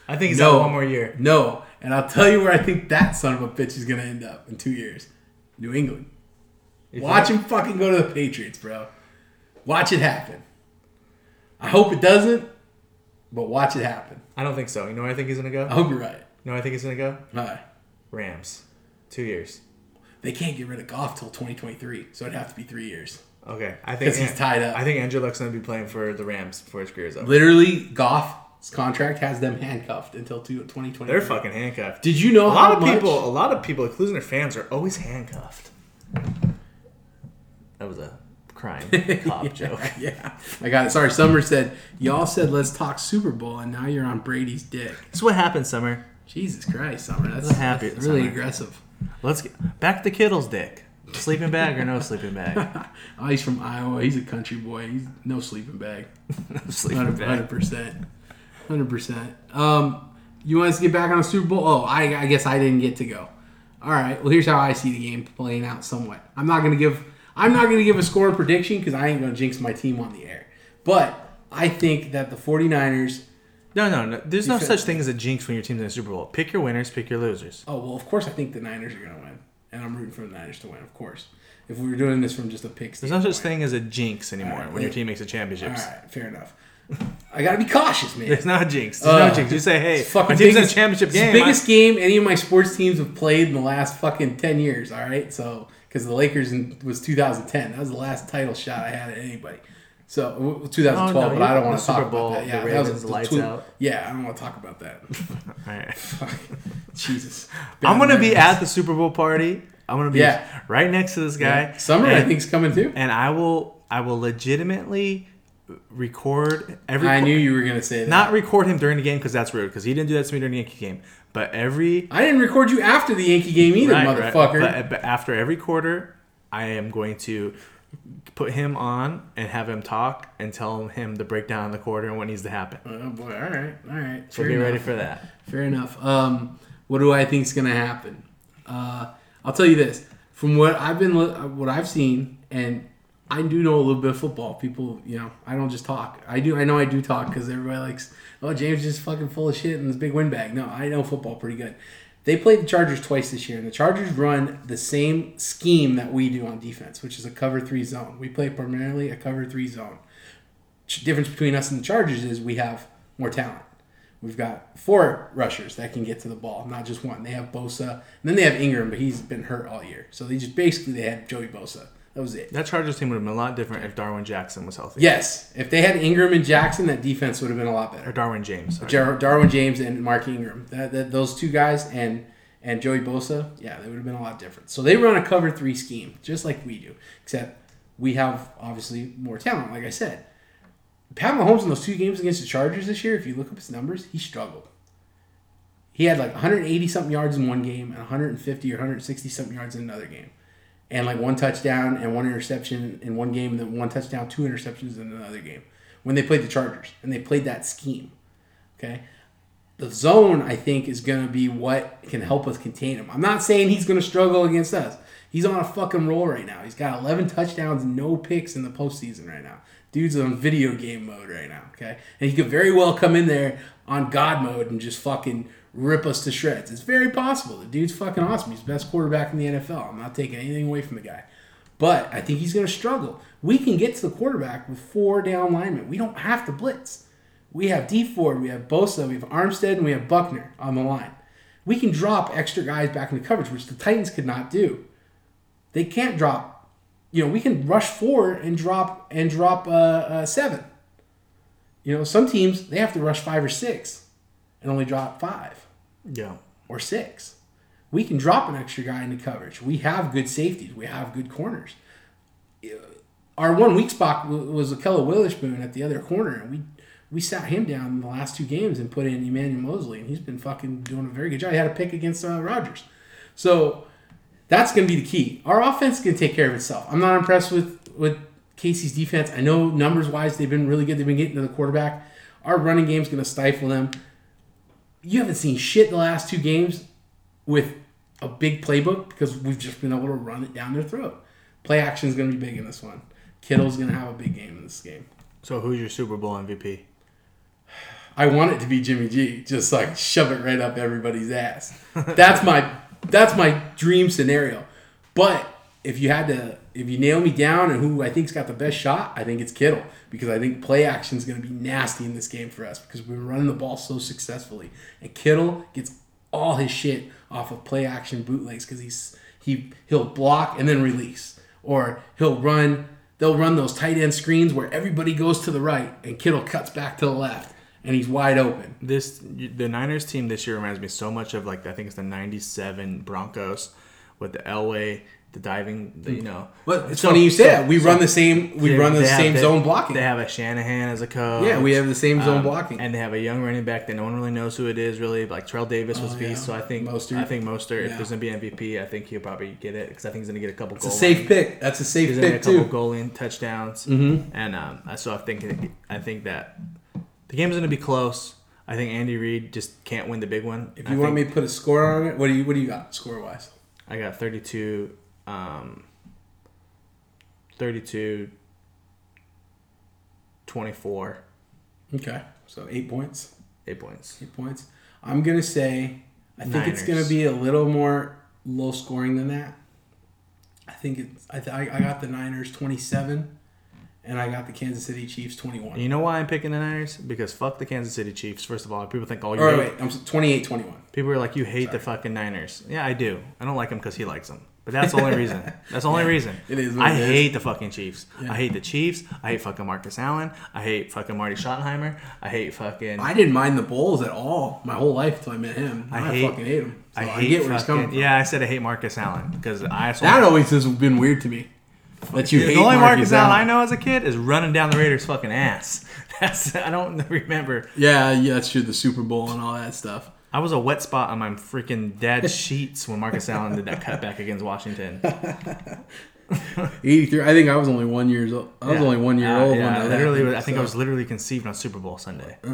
[SPEAKER 1] I think he's
[SPEAKER 2] No.
[SPEAKER 1] out one more year.
[SPEAKER 2] No, and I'll tell you where I think that son of a bitch is gonna end up in two years. New England.
[SPEAKER 1] You
[SPEAKER 2] Watch him fucking go to the Patriots, bro. Watch it happen. I hope it doesn't, but watch it happen.
[SPEAKER 1] I don't think so. You know where I think he's gonna go?
[SPEAKER 2] I hope you're right.
[SPEAKER 1] You know where I think he's gonna go?
[SPEAKER 2] All right.
[SPEAKER 1] Rams. Two years.
[SPEAKER 2] They can't get rid of golf till 2023, so it'd have to be three years.
[SPEAKER 1] Okay. I think
[SPEAKER 2] 'Cause he's tied up.
[SPEAKER 1] I think Andrew Luck's gonna be playing for the Rams before his career is up.
[SPEAKER 2] Literally, Goff's contract has them handcuffed until 2020.
[SPEAKER 1] They're fucking handcuffed.
[SPEAKER 2] Did you
[SPEAKER 1] A
[SPEAKER 2] know
[SPEAKER 1] lot
[SPEAKER 2] how
[SPEAKER 1] of
[SPEAKER 2] much- [laughs]
[SPEAKER 1] people, [laughs] a lot of people, including their fans, are always handcuffed. That was a crime
[SPEAKER 2] [laughs]
[SPEAKER 1] cop joke.
[SPEAKER 2] yeah, I got it. Sorry, Summer said y'all said let's talk Super Bowl, and now you're on Brady's dick.
[SPEAKER 1] That's what happened, Summer.
[SPEAKER 2] Jesus Christ, Summer, that's,
[SPEAKER 1] This is happy,
[SPEAKER 2] that's really
[SPEAKER 1] Summer.
[SPEAKER 2] aggressive. [laughs]
[SPEAKER 1] Let's get back to Kittle's dick. Sleeping bag or no sleeping
[SPEAKER 2] [laughs]
[SPEAKER 1] bag?
[SPEAKER 2] Oh, he's from Iowa. He's a country boy. He's no sleeping bag.
[SPEAKER 1] No sleeping
[SPEAKER 2] Hundred
[SPEAKER 1] bag.
[SPEAKER 2] percent. Hundred percent. Um, you want us to get back on the Super Bowl? Oh, I, I guess I didn't get to go. All right. Well, here's how I see the game playing out somewhat. I'm not gonna give I'm not gonna give a score prediction because I ain't gonna jinx my team on the air. But I think that the 49ers.
[SPEAKER 1] No, no, no. There's no
[SPEAKER 2] could-
[SPEAKER 1] such thing as a jinx when your team's in the Super Bowl. Pick your winners, pick your losers.
[SPEAKER 2] Oh well, of course I think the Niners are gonna win, and I'm rooting for the Niners to win, of course. If we were doing this from just a pick,
[SPEAKER 1] There's no such thing as a jinx anymore
[SPEAKER 2] Alright,
[SPEAKER 1] when your
[SPEAKER 2] wait.
[SPEAKER 1] team makes a
[SPEAKER 2] All
[SPEAKER 1] championship.
[SPEAKER 2] right, fair enough. I gotta be cautious, man.
[SPEAKER 1] It's not a jinx. There's
[SPEAKER 2] Uh,
[SPEAKER 1] no jinx. You say, hey,
[SPEAKER 2] It's
[SPEAKER 1] my
[SPEAKER 2] fucking
[SPEAKER 1] team's in a
[SPEAKER 2] biggest-
[SPEAKER 1] championship
[SPEAKER 2] it's the
[SPEAKER 1] game.
[SPEAKER 2] biggest game any of my sports teams have played in the last fucking ten years. All right, so because the Lakers in, was 2010, that was the last title shot I had at anybody. So w- w- 2012,
[SPEAKER 1] Oh, no,
[SPEAKER 2] but I don't
[SPEAKER 1] you-
[SPEAKER 2] want
[SPEAKER 1] the
[SPEAKER 2] to talk
[SPEAKER 1] Super Bowl,
[SPEAKER 2] about that.
[SPEAKER 1] the
[SPEAKER 2] Yeah, that
[SPEAKER 1] Ravens
[SPEAKER 2] was a-
[SPEAKER 1] lights
[SPEAKER 2] two-
[SPEAKER 1] out.
[SPEAKER 2] Yeah, I don't want to talk about that. [laughs]
[SPEAKER 1] I- Alright.
[SPEAKER 2] Fuck. Jesus,
[SPEAKER 1] I'm gonna be
[SPEAKER 2] Bad
[SPEAKER 1] at the Super Bowl party. I'm gonna be
[SPEAKER 2] Yeah.
[SPEAKER 1] right next to this guy.
[SPEAKER 2] memories. Summer,
[SPEAKER 1] and,
[SPEAKER 2] I think's coming too.
[SPEAKER 1] and I will I will legitimately record every
[SPEAKER 2] I knew you were gonna say that.
[SPEAKER 1] not record him during the game because that's rude because he didn't do that to me during the Yankee game. But every
[SPEAKER 2] I didn't record you after the Yankee game either,
[SPEAKER 1] Right, right.
[SPEAKER 2] motherfucker.
[SPEAKER 1] But, but after every quarter, I am going to put him on and have him talk and tell him the breakdown of the quarter and what needs to happen.
[SPEAKER 2] oh boy, all right, all right.
[SPEAKER 1] So
[SPEAKER 2] fair
[SPEAKER 1] be
[SPEAKER 2] enough.
[SPEAKER 1] ready for that.
[SPEAKER 2] Fair enough. Um, what do I think's going to happen? Uh, I'll tell you this: from what I've been, li- uh, what I've seen, and I do know a little bit of football. People, you know, I don't just talk. I do. I know I do talk because everybody likes. Oh, James is fucking full of shit and this big windbag. No, I know football pretty good. They played the Chargers twice this year, and the Chargers run the same scheme that we do on defense, which is a cover three zone. We play primarily a cover three zone ch- difference between us and the Chargers is we have more talent. We've got four rushers that can get to the ball, not just one. They have Bosa, and then they have Ingram, but he's been hurt all year. So they just basically they had Joey Bosa. That was it.
[SPEAKER 1] That Chargers team would have been a lot different if Darwin Jackson was healthy.
[SPEAKER 2] Yes, if they had Ingram and Jackson, that defense would have been a lot better.
[SPEAKER 1] Or Darwin James. sorry.
[SPEAKER 2] Jar- Darwin James and Mark Ingram. That, that, those two guys and and Joey Bosa, yeah, they would have been a lot different. So they run a cover three scheme, just like we do, except we have obviously more talent. Like I said, Pat Mahomes in those two games against the Chargers this year, if you look up his numbers, he struggled. He had like 180 something yards in one game and 150 or 160 something yards in another game. and like one touchdown and one interception in one game, and then one touchdown, two interceptions in another game when they played the Chargers and they played that scheme. Okay. The zone, I think, is going to be what can help us contain him. I'm not saying he's going to struggle against us. He's on a fucking roll right now. He's got 11 touchdowns, no picks in the postseason right now. Dude's on video game mode right now. Okay. And he could very well come in there on God mode and just fucking rip us to shreds. It's very possible. The dude's fucking awesome. He's the best quarterback in the NFL. I'm not taking anything away from the guy. But I think he's going to struggle. We can get to the quarterback with four down linemen. We don't have to blitz. We have D Ford, we have Bosa, we have Armstead, and we have Buckner on the line. We can drop extra guys back into coverage, which the Titans could not do. They can't drop. You know, we can rush four and drop and drop uh, uh, seven. You know, some teams they have to rush five or six and only drop five
[SPEAKER 1] Yeah.
[SPEAKER 2] or six. We can drop an extra guy into coverage. We have good safeties. We have good corners. Our one weak spot wa- was Akella Witherspoon at the other corner, and we we sat him down in the last two games and put in Emmanuel Mosley, and he's been fucking doing a very good job. He had a pick against uh, Rodgers, so that's going to be the key. Our offense can take care of itself. I'm not impressed with with Casey's defense. I know numbers wise they've been really good. They've been getting to the quarterback. Our running game's going to stifle them you haven't seen shit the last two games with a big playbook because we've just been able to run it down their throat. Play action is going to be big in this one. Kittle's going to have a big game in this game.
[SPEAKER 1] So who's your Super Bowl MVP?
[SPEAKER 2] I want it to be Jimmy G, just like shove it right up everybody's ass. That's my that's my dream scenario. But if you had to if you nail me down and who I think's got the best shot, I think it's Kittle because I think play action is going to be nasty in this game for us because we've been running the ball so successfully. And Kittle gets all his shit off of play action bootlegs because he's he he'll block and then release or he'll run they'll run those tight end screens where everybody goes to the right and Kittle cuts back to the left and he's wide open.
[SPEAKER 1] this the Niners team this year reminds me so much of like I think it's the '97 Broncos with the Elway, the diving, the, you know.
[SPEAKER 2] But it's
[SPEAKER 1] So-
[SPEAKER 2] funny you say
[SPEAKER 1] so-
[SPEAKER 2] that. We
[SPEAKER 1] so
[SPEAKER 2] run the same. We
[SPEAKER 1] they-
[SPEAKER 2] run the
[SPEAKER 1] they have-
[SPEAKER 2] same
[SPEAKER 1] they-
[SPEAKER 2] zone blocking.
[SPEAKER 1] They have a Shanahan as a coach. Um,
[SPEAKER 2] yeah, we have the same zone blocking.
[SPEAKER 1] and they have a young running back that no one really knows who it is. Really, like Terrell Davis was
[SPEAKER 2] Oh, yeah.
[SPEAKER 1] beast. So I think
[SPEAKER 2] Mostert.
[SPEAKER 1] I think Mostert.
[SPEAKER 2] Yeah.
[SPEAKER 1] If there's gonna be MVP, I think he'll probably get it because I think he's gonna get a couple.
[SPEAKER 2] it's a
[SPEAKER 1] goal
[SPEAKER 2] safe
[SPEAKER 1] line-
[SPEAKER 2] pick. That's a safe
[SPEAKER 1] He's
[SPEAKER 2] [laughs]
[SPEAKER 1] gonna
[SPEAKER 2] pick
[SPEAKER 1] get a couple
[SPEAKER 2] too.
[SPEAKER 1] goal line touchdowns. Mm-hmm. And um, so I think I think that the game's gonna be close. I think Andy Reid just can't win the big one.
[SPEAKER 2] If you want me to put a score on it, what do you what do you got score wise?
[SPEAKER 1] I got 32 um 32 24
[SPEAKER 2] Okay, so eight points.
[SPEAKER 1] 8 points.
[SPEAKER 2] Eight points. I'm gonna say. I think it's gonna
[SPEAKER 1] Niners.
[SPEAKER 2] be a little more low scoring than that. I think it's. I th- I I got the Niners 27, and I got the Kansas City Chiefs 21.
[SPEAKER 1] And you know why I'm picking the Niners? Because fuck the Kansas City Chiefs. First of all, people think all you
[SPEAKER 2] Or
[SPEAKER 1] hate-
[SPEAKER 2] wait, I'm s- 28 21.
[SPEAKER 1] people are like you hate the fucking Niners. Yeah, I do. I don't like them cuz he likes them. But that's the only
[SPEAKER 2] [laughs]
[SPEAKER 1] reason. That's the only reason.
[SPEAKER 2] It is what
[SPEAKER 1] I
[SPEAKER 2] it is.
[SPEAKER 1] hate the fucking Chiefs. I hate the Chiefs. I hate fucking Marcus Allen. I hate fucking Marty Schottenheimer. I hate fucking
[SPEAKER 2] I didn't mind the Bulls at all my whole life until I met him. I,
[SPEAKER 1] hate-
[SPEAKER 2] fucking hate him. So
[SPEAKER 1] I
[SPEAKER 2] I,
[SPEAKER 1] hate
[SPEAKER 2] get where he's
[SPEAKER 1] fucking,
[SPEAKER 2] coming from.
[SPEAKER 1] Yeah, I said I hate Marcus Allen because I
[SPEAKER 2] That always has been weird to me. That you hate
[SPEAKER 1] the only
[SPEAKER 2] Marcus Allen.
[SPEAKER 1] I know as a kid is running down the Raiders' fucking ass. [laughs] That's I don't [laughs] remember.
[SPEAKER 2] Yeah, yeah, that's true. The Super Bowl and all that stuff.
[SPEAKER 1] I was a wet spot on my freaking
[SPEAKER 2] [laughs]
[SPEAKER 1] dad's sheets when Marcus Allen did that cutback against Washington. I
[SPEAKER 2] '83. I think I was only one years old. I was only one year old.
[SPEAKER 1] Yeah,
[SPEAKER 2] when
[SPEAKER 1] I
[SPEAKER 2] that
[SPEAKER 1] literally,
[SPEAKER 2] happened,
[SPEAKER 1] was- I think I
[SPEAKER 2] so.
[SPEAKER 1] was literally conceived on Super Bowl Sunday.
[SPEAKER 2] [laughs]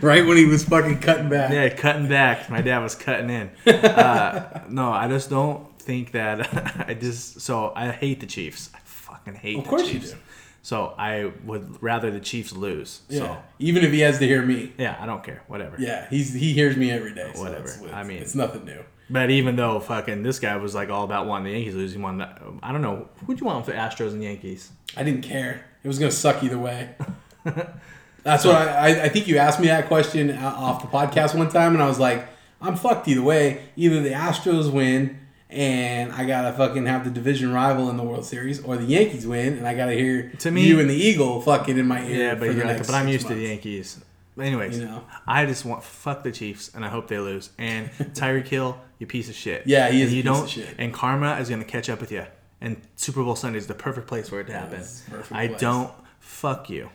[SPEAKER 2] right when he was fucking cutting back.
[SPEAKER 1] Yeah, cutting back. My dad was cutting
[SPEAKER 2] [laughs]
[SPEAKER 1] in. Uh, no, I just don't think that. [laughs] I just so I hate the Chiefs. I fucking hate.
[SPEAKER 2] Of
[SPEAKER 1] the
[SPEAKER 2] course you
[SPEAKER 1] Chiefs.
[SPEAKER 2] do.
[SPEAKER 1] So I would rather the Chiefs lose.
[SPEAKER 2] Yeah.
[SPEAKER 1] So
[SPEAKER 2] Even if he has to hear me.
[SPEAKER 1] yeah, I don't care. Whatever.
[SPEAKER 2] Yeah, he's he hears me every day. So
[SPEAKER 1] Whatever.
[SPEAKER 2] It's, it's-
[SPEAKER 1] I mean-
[SPEAKER 2] it's nothing new.
[SPEAKER 1] But even though fucking this guy was like all about wanting the Yankees losing, one I don't know who'd you want for Astros and Yankees?
[SPEAKER 2] I didn't care. It was gonna suck
[SPEAKER 1] [laughs]
[SPEAKER 2] either way. That's what I, I, I think you asked me that question uh, off the podcast one time, and I was like, I'm fucked either way. Either the Astros win, and I gotta fucking have the division rival in the World Series, or the Yankees win, and I gotta hear
[SPEAKER 1] To me-
[SPEAKER 2] you and the Eagle fucking in my ear.
[SPEAKER 1] Yeah,
[SPEAKER 2] for
[SPEAKER 1] but
[SPEAKER 2] the
[SPEAKER 1] you're like,
[SPEAKER 2] next
[SPEAKER 1] but I'm
[SPEAKER 2] six
[SPEAKER 1] used to the
[SPEAKER 2] months."
[SPEAKER 1] Yankees. But anyways,
[SPEAKER 2] You know.
[SPEAKER 1] I just want fuck the Chiefs, and I hope they lose. And
[SPEAKER 2] [laughs]
[SPEAKER 1] Tyreek Hill, you piece of shit.
[SPEAKER 2] Yeah, he is
[SPEAKER 1] And
[SPEAKER 2] a
[SPEAKER 1] you
[SPEAKER 2] piece of shit.
[SPEAKER 1] And karma is gonna catch up with you. And Super Bowl Sunday is the perfect place for it to happen.
[SPEAKER 2] it's the perfect
[SPEAKER 1] I
[SPEAKER 2] place.
[SPEAKER 1] don't fuck you.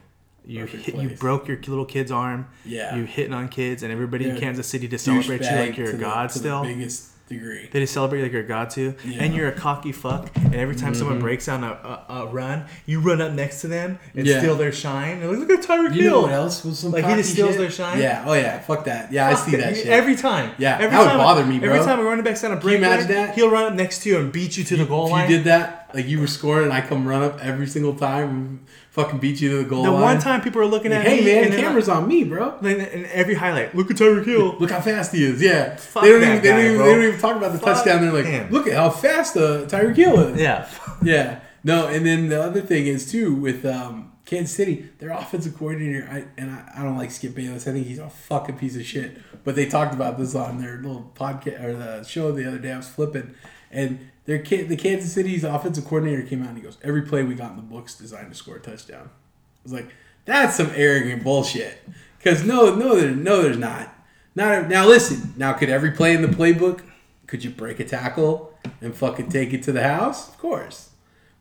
[SPEAKER 1] You
[SPEAKER 2] Perfect
[SPEAKER 1] hit, you
[SPEAKER 2] place.
[SPEAKER 1] broke your little kid's arm.
[SPEAKER 2] Yeah.
[SPEAKER 1] You hitting on kids, and everybody in
[SPEAKER 2] Dude,
[SPEAKER 1] Kansas City to celebrate you
[SPEAKER 2] Douchebag
[SPEAKER 1] like you're
[SPEAKER 2] to
[SPEAKER 1] a
[SPEAKER 2] the-
[SPEAKER 1] god
[SPEAKER 2] to the
[SPEAKER 1] still.
[SPEAKER 2] biggest degree.
[SPEAKER 1] They just celebrate like you're god to,
[SPEAKER 2] Yeah. Mm-hmm.
[SPEAKER 1] and you're a cocky fuck. And every time someone breaks on a, a, a run, you run up next to them and
[SPEAKER 2] Yeah.
[SPEAKER 1] steal their shine. And look at Tyreek
[SPEAKER 2] You know
[SPEAKER 1] Hill.
[SPEAKER 2] what else was some
[SPEAKER 1] Like, he just
[SPEAKER 2] cocky
[SPEAKER 1] steals
[SPEAKER 2] shit?
[SPEAKER 1] their shine?
[SPEAKER 2] Yeah. Oh yeah. Fuck that. Yeah, I see that shit.
[SPEAKER 1] Every time.
[SPEAKER 2] Yeah,
[SPEAKER 1] every
[SPEAKER 2] that would
[SPEAKER 1] time
[SPEAKER 2] bother me,
[SPEAKER 1] Every
[SPEAKER 2] bro.
[SPEAKER 1] time a running back's on a
[SPEAKER 2] you
[SPEAKER 1] break,
[SPEAKER 2] imagine
[SPEAKER 1] there,
[SPEAKER 2] that?
[SPEAKER 1] he'll run up next to you and beat you to the goal
[SPEAKER 2] if
[SPEAKER 1] line.
[SPEAKER 2] you did that, like you were scoring, and I come run up every single time, and fucking beat you to the goal
[SPEAKER 1] the
[SPEAKER 2] line.
[SPEAKER 1] one time people are looking
[SPEAKER 2] Like,
[SPEAKER 1] at
[SPEAKER 2] hey
[SPEAKER 1] me,
[SPEAKER 2] man,
[SPEAKER 1] and
[SPEAKER 2] the
[SPEAKER 1] they're
[SPEAKER 2] camera's on me, bro.
[SPEAKER 1] like, and every highlight, look at Tyreek Hill.
[SPEAKER 2] [laughs] Look how fast he is. Yeah,
[SPEAKER 1] Fuck
[SPEAKER 2] they don't
[SPEAKER 1] that
[SPEAKER 2] even they,
[SPEAKER 1] guy,
[SPEAKER 2] don't even,
[SPEAKER 1] bro.
[SPEAKER 2] they don't even talk about the
[SPEAKER 1] Fuck
[SPEAKER 2] touchdown. They're like,
[SPEAKER 1] him.
[SPEAKER 2] look at how fast uh, Tyreek Hill is. [laughs]
[SPEAKER 1] yeah,
[SPEAKER 2] Yeah. No, and then the other thing is too with um, Kansas City, their offensive coordinator, I, and I, I don't like Skip Bayless. I think he's a fucking piece of shit. But they talked about this on their little podcast or the show the other day. I was flipping, and their Ka- the Kansas City's offensive coordinator came out and he goes, "Every play we got in the books designed to score a touchdown." I was like, "That's some arrogant bullshit." Because no, no, there, no, there's not. Not now. Listen, now could every play in the playbook? Could you break a tackle and fucking take it to the house? Of course.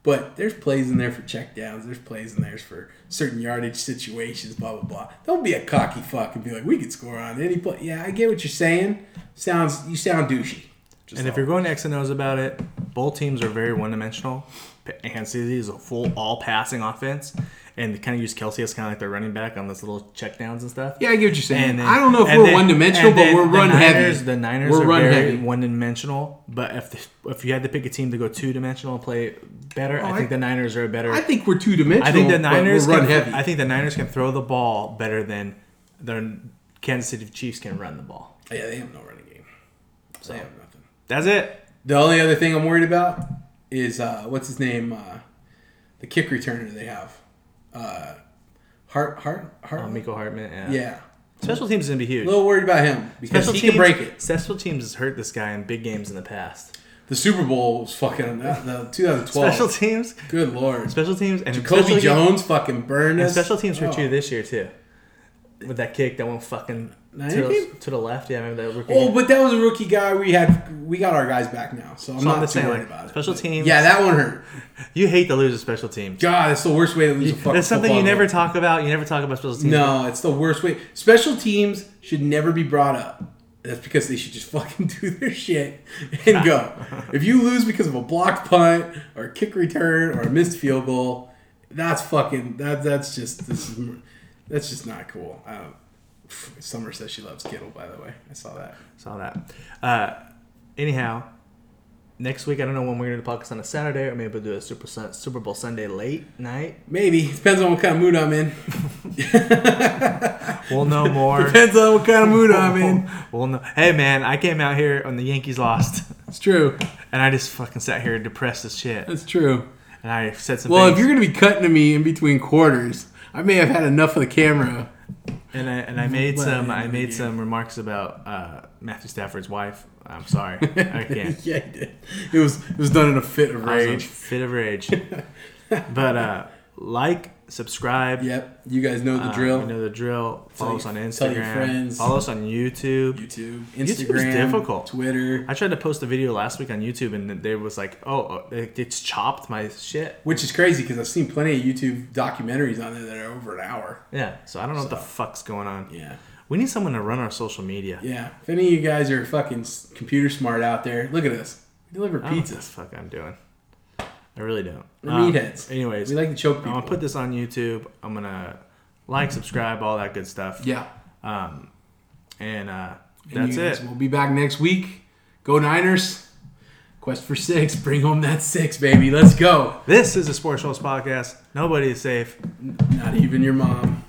[SPEAKER 2] But there's plays in there for checkdowns. There's plays in there for certain yardage situations. Blah blah blah. Don't be a cocky fuck and be like, we could score on any play. Yeah, I get what you're saying. Sounds you sound douchey. Just
[SPEAKER 1] and if
[SPEAKER 2] all.
[SPEAKER 1] you're going to X and O's about it, both teams are very one dimensional. Kansas City is a full all passing offense, and they kind of use Kelsey as kind of like their running back on those little checkdowns and stuff.
[SPEAKER 2] yeah, I get what you're saying.
[SPEAKER 1] And then-
[SPEAKER 2] I don't know if
[SPEAKER 1] and
[SPEAKER 2] we're
[SPEAKER 1] then-
[SPEAKER 2] one dimensional,
[SPEAKER 1] and
[SPEAKER 2] but
[SPEAKER 1] then
[SPEAKER 2] we're
[SPEAKER 1] the
[SPEAKER 2] run
[SPEAKER 1] Niners,
[SPEAKER 2] heavy.
[SPEAKER 1] The Niners
[SPEAKER 2] We're
[SPEAKER 1] are
[SPEAKER 2] run
[SPEAKER 1] very
[SPEAKER 2] heavy.
[SPEAKER 1] one dimensional. But if the, if you had to pick a team to go two dimensional and play better, I
[SPEAKER 2] Oh, I-
[SPEAKER 1] think the Niners are a better.
[SPEAKER 2] I think we're two dimensional.
[SPEAKER 1] I think the
[SPEAKER 2] but
[SPEAKER 1] Niners
[SPEAKER 2] we're run
[SPEAKER 1] can,
[SPEAKER 2] heavy.
[SPEAKER 1] I think the Niners can throw the ball better than the Kansas City Chiefs can run the ball.
[SPEAKER 2] yeah, they have no running game. So they have nothing.
[SPEAKER 1] That's it.
[SPEAKER 2] The only other thing I'm worried about is uh, what's his name, uh, the kick returner they have, uh, Hart Hart Hart.
[SPEAKER 1] Uh, Miko Hartman. Yeah.
[SPEAKER 2] yeah,
[SPEAKER 1] Special teams is gonna be huge.
[SPEAKER 2] a little worried about him because
[SPEAKER 1] special
[SPEAKER 2] he
[SPEAKER 1] teams,
[SPEAKER 2] can break it.
[SPEAKER 1] Special teams has hurt this guy in big games in the past.
[SPEAKER 2] The Super Bowl was fucking that, the 2012.
[SPEAKER 1] Special teams.
[SPEAKER 2] Good lord,
[SPEAKER 1] Special teams and
[SPEAKER 2] Kobe
[SPEAKER 1] special
[SPEAKER 2] Jones fucking burned
[SPEAKER 1] And
[SPEAKER 2] us.
[SPEAKER 1] special teams hurt
[SPEAKER 2] Oh.
[SPEAKER 1] you this year too. With that kick that went fucking
[SPEAKER 2] Now
[SPEAKER 1] to
[SPEAKER 2] you
[SPEAKER 1] the,
[SPEAKER 2] keep-
[SPEAKER 1] to the left. Yeah, I remember that rookie.
[SPEAKER 2] Oh,
[SPEAKER 1] game.
[SPEAKER 2] but that was a rookie guy. We had we got our guys back now, so I'm
[SPEAKER 1] So I'm
[SPEAKER 2] not too
[SPEAKER 1] just saying,
[SPEAKER 2] worried
[SPEAKER 1] like,
[SPEAKER 2] about it.
[SPEAKER 1] special
[SPEAKER 2] But-
[SPEAKER 1] teams-
[SPEAKER 2] Yeah, that one hurt.
[SPEAKER 1] You hate to lose a special team.
[SPEAKER 2] God, it's the worst way to lose a fucking.
[SPEAKER 1] That's something
[SPEAKER 2] football
[SPEAKER 1] you
[SPEAKER 2] game.
[SPEAKER 1] never talk about. You never talk about special teams.
[SPEAKER 2] No, it's the worst way. Special teams should never be brought up. That's because they should just fucking [laughs] do their shit
[SPEAKER 1] [laughs]
[SPEAKER 2] and go. if you lose because of a blocked punt or a kick return or a missed field goal, that's fucking that. That's just this is that's just not cool. I don't, Summer says she loves Kittle. By the way, I saw that.
[SPEAKER 1] Saw that. Uh, anyhow, next week I don't know when we're gonna do the podcast on a Saturday, or maybe we'll do a Super Sun- Super Bowl Sunday late night.
[SPEAKER 2] Maybe depends on what kind of mood I'm in.
[SPEAKER 1] We'll [laughs] know more.
[SPEAKER 2] Depends on what kind of mood I'm in.
[SPEAKER 1] [laughs] We'll know. Hey man, I came out here when the Yankees lost,
[SPEAKER 2] It's true.
[SPEAKER 1] and I just fucking sat here depressed as shit,
[SPEAKER 2] That's true.
[SPEAKER 1] and I said some
[SPEAKER 2] Well,
[SPEAKER 1] things,
[SPEAKER 2] if you're gonna be cutting to me in between quarters, I may have had enough of the camera.
[SPEAKER 1] and I and I made
[SPEAKER 2] Well,
[SPEAKER 1] some I
[SPEAKER 2] yeah,
[SPEAKER 1] made
[SPEAKER 2] yeah.
[SPEAKER 1] some remarks about uh, Matthew Stafford's wife. I'm
[SPEAKER 2] [laughs]
[SPEAKER 1] sorry, I can't.
[SPEAKER 2] yeah, he did. It was it was done in a fit of
[SPEAKER 1] I was in a
[SPEAKER 2] rage.
[SPEAKER 1] fit of
[SPEAKER 2] [laughs]
[SPEAKER 1] rage. but uh, like, subscribe.
[SPEAKER 2] Yep, you guys know the
[SPEAKER 1] Uh,
[SPEAKER 2] drill.
[SPEAKER 1] You know the drill. Follow
[SPEAKER 2] your-
[SPEAKER 1] us on Instagram.
[SPEAKER 2] tell your friends.
[SPEAKER 1] Follow us on YouTube.
[SPEAKER 2] YouTube,
[SPEAKER 1] YouTube's
[SPEAKER 2] Instagram,
[SPEAKER 1] difficult.
[SPEAKER 2] Twitter,
[SPEAKER 1] I tried to post a video last week on YouTube, and they was like, "Oh, it- it's chopped my shit."
[SPEAKER 2] which is crazy because I've seen plenty of YouTube documentaries on there that are over an hour.
[SPEAKER 1] Yeah. So I don't know what the fuck's going on.
[SPEAKER 2] Yeah,
[SPEAKER 1] We need someone to run our social media.
[SPEAKER 2] yeah. If any of you guys are fucking s- computer smart out there, look at us. We deliver
[SPEAKER 1] I don't know what the
[SPEAKER 2] pizzas.
[SPEAKER 1] fuck I'm doing. I really don't.
[SPEAKER 2] We're
[SPEAKER 1] Um,
[SPEAKER 2] meatheads.
[SPEAKER 1] Anyways,
[SPEAKER 2] We like to choke
[SPEAKER 1] I'm
[SPEAKER 2] people.
[SPEAKER 1] gonna put this on YouTube. I'm gonna like, subscribe, all that good stuff.
[SPEAKER 2] yeah,
[SPEAKER 1] Um, and uh,
[SPEAKER 2] And
[SPEAKER 1] that's
[SPEAKER 2] you guys,
[SPEAKER 1] it.
[SPEAKER 2] We'll be back next week. Go Niners! Quest for six. Bring home that six, baby. Let's go.
[SPEAKER 1] This is the Sports Shows podcast. Nobody is safe.
[SPEAKER 2] Not even your mom.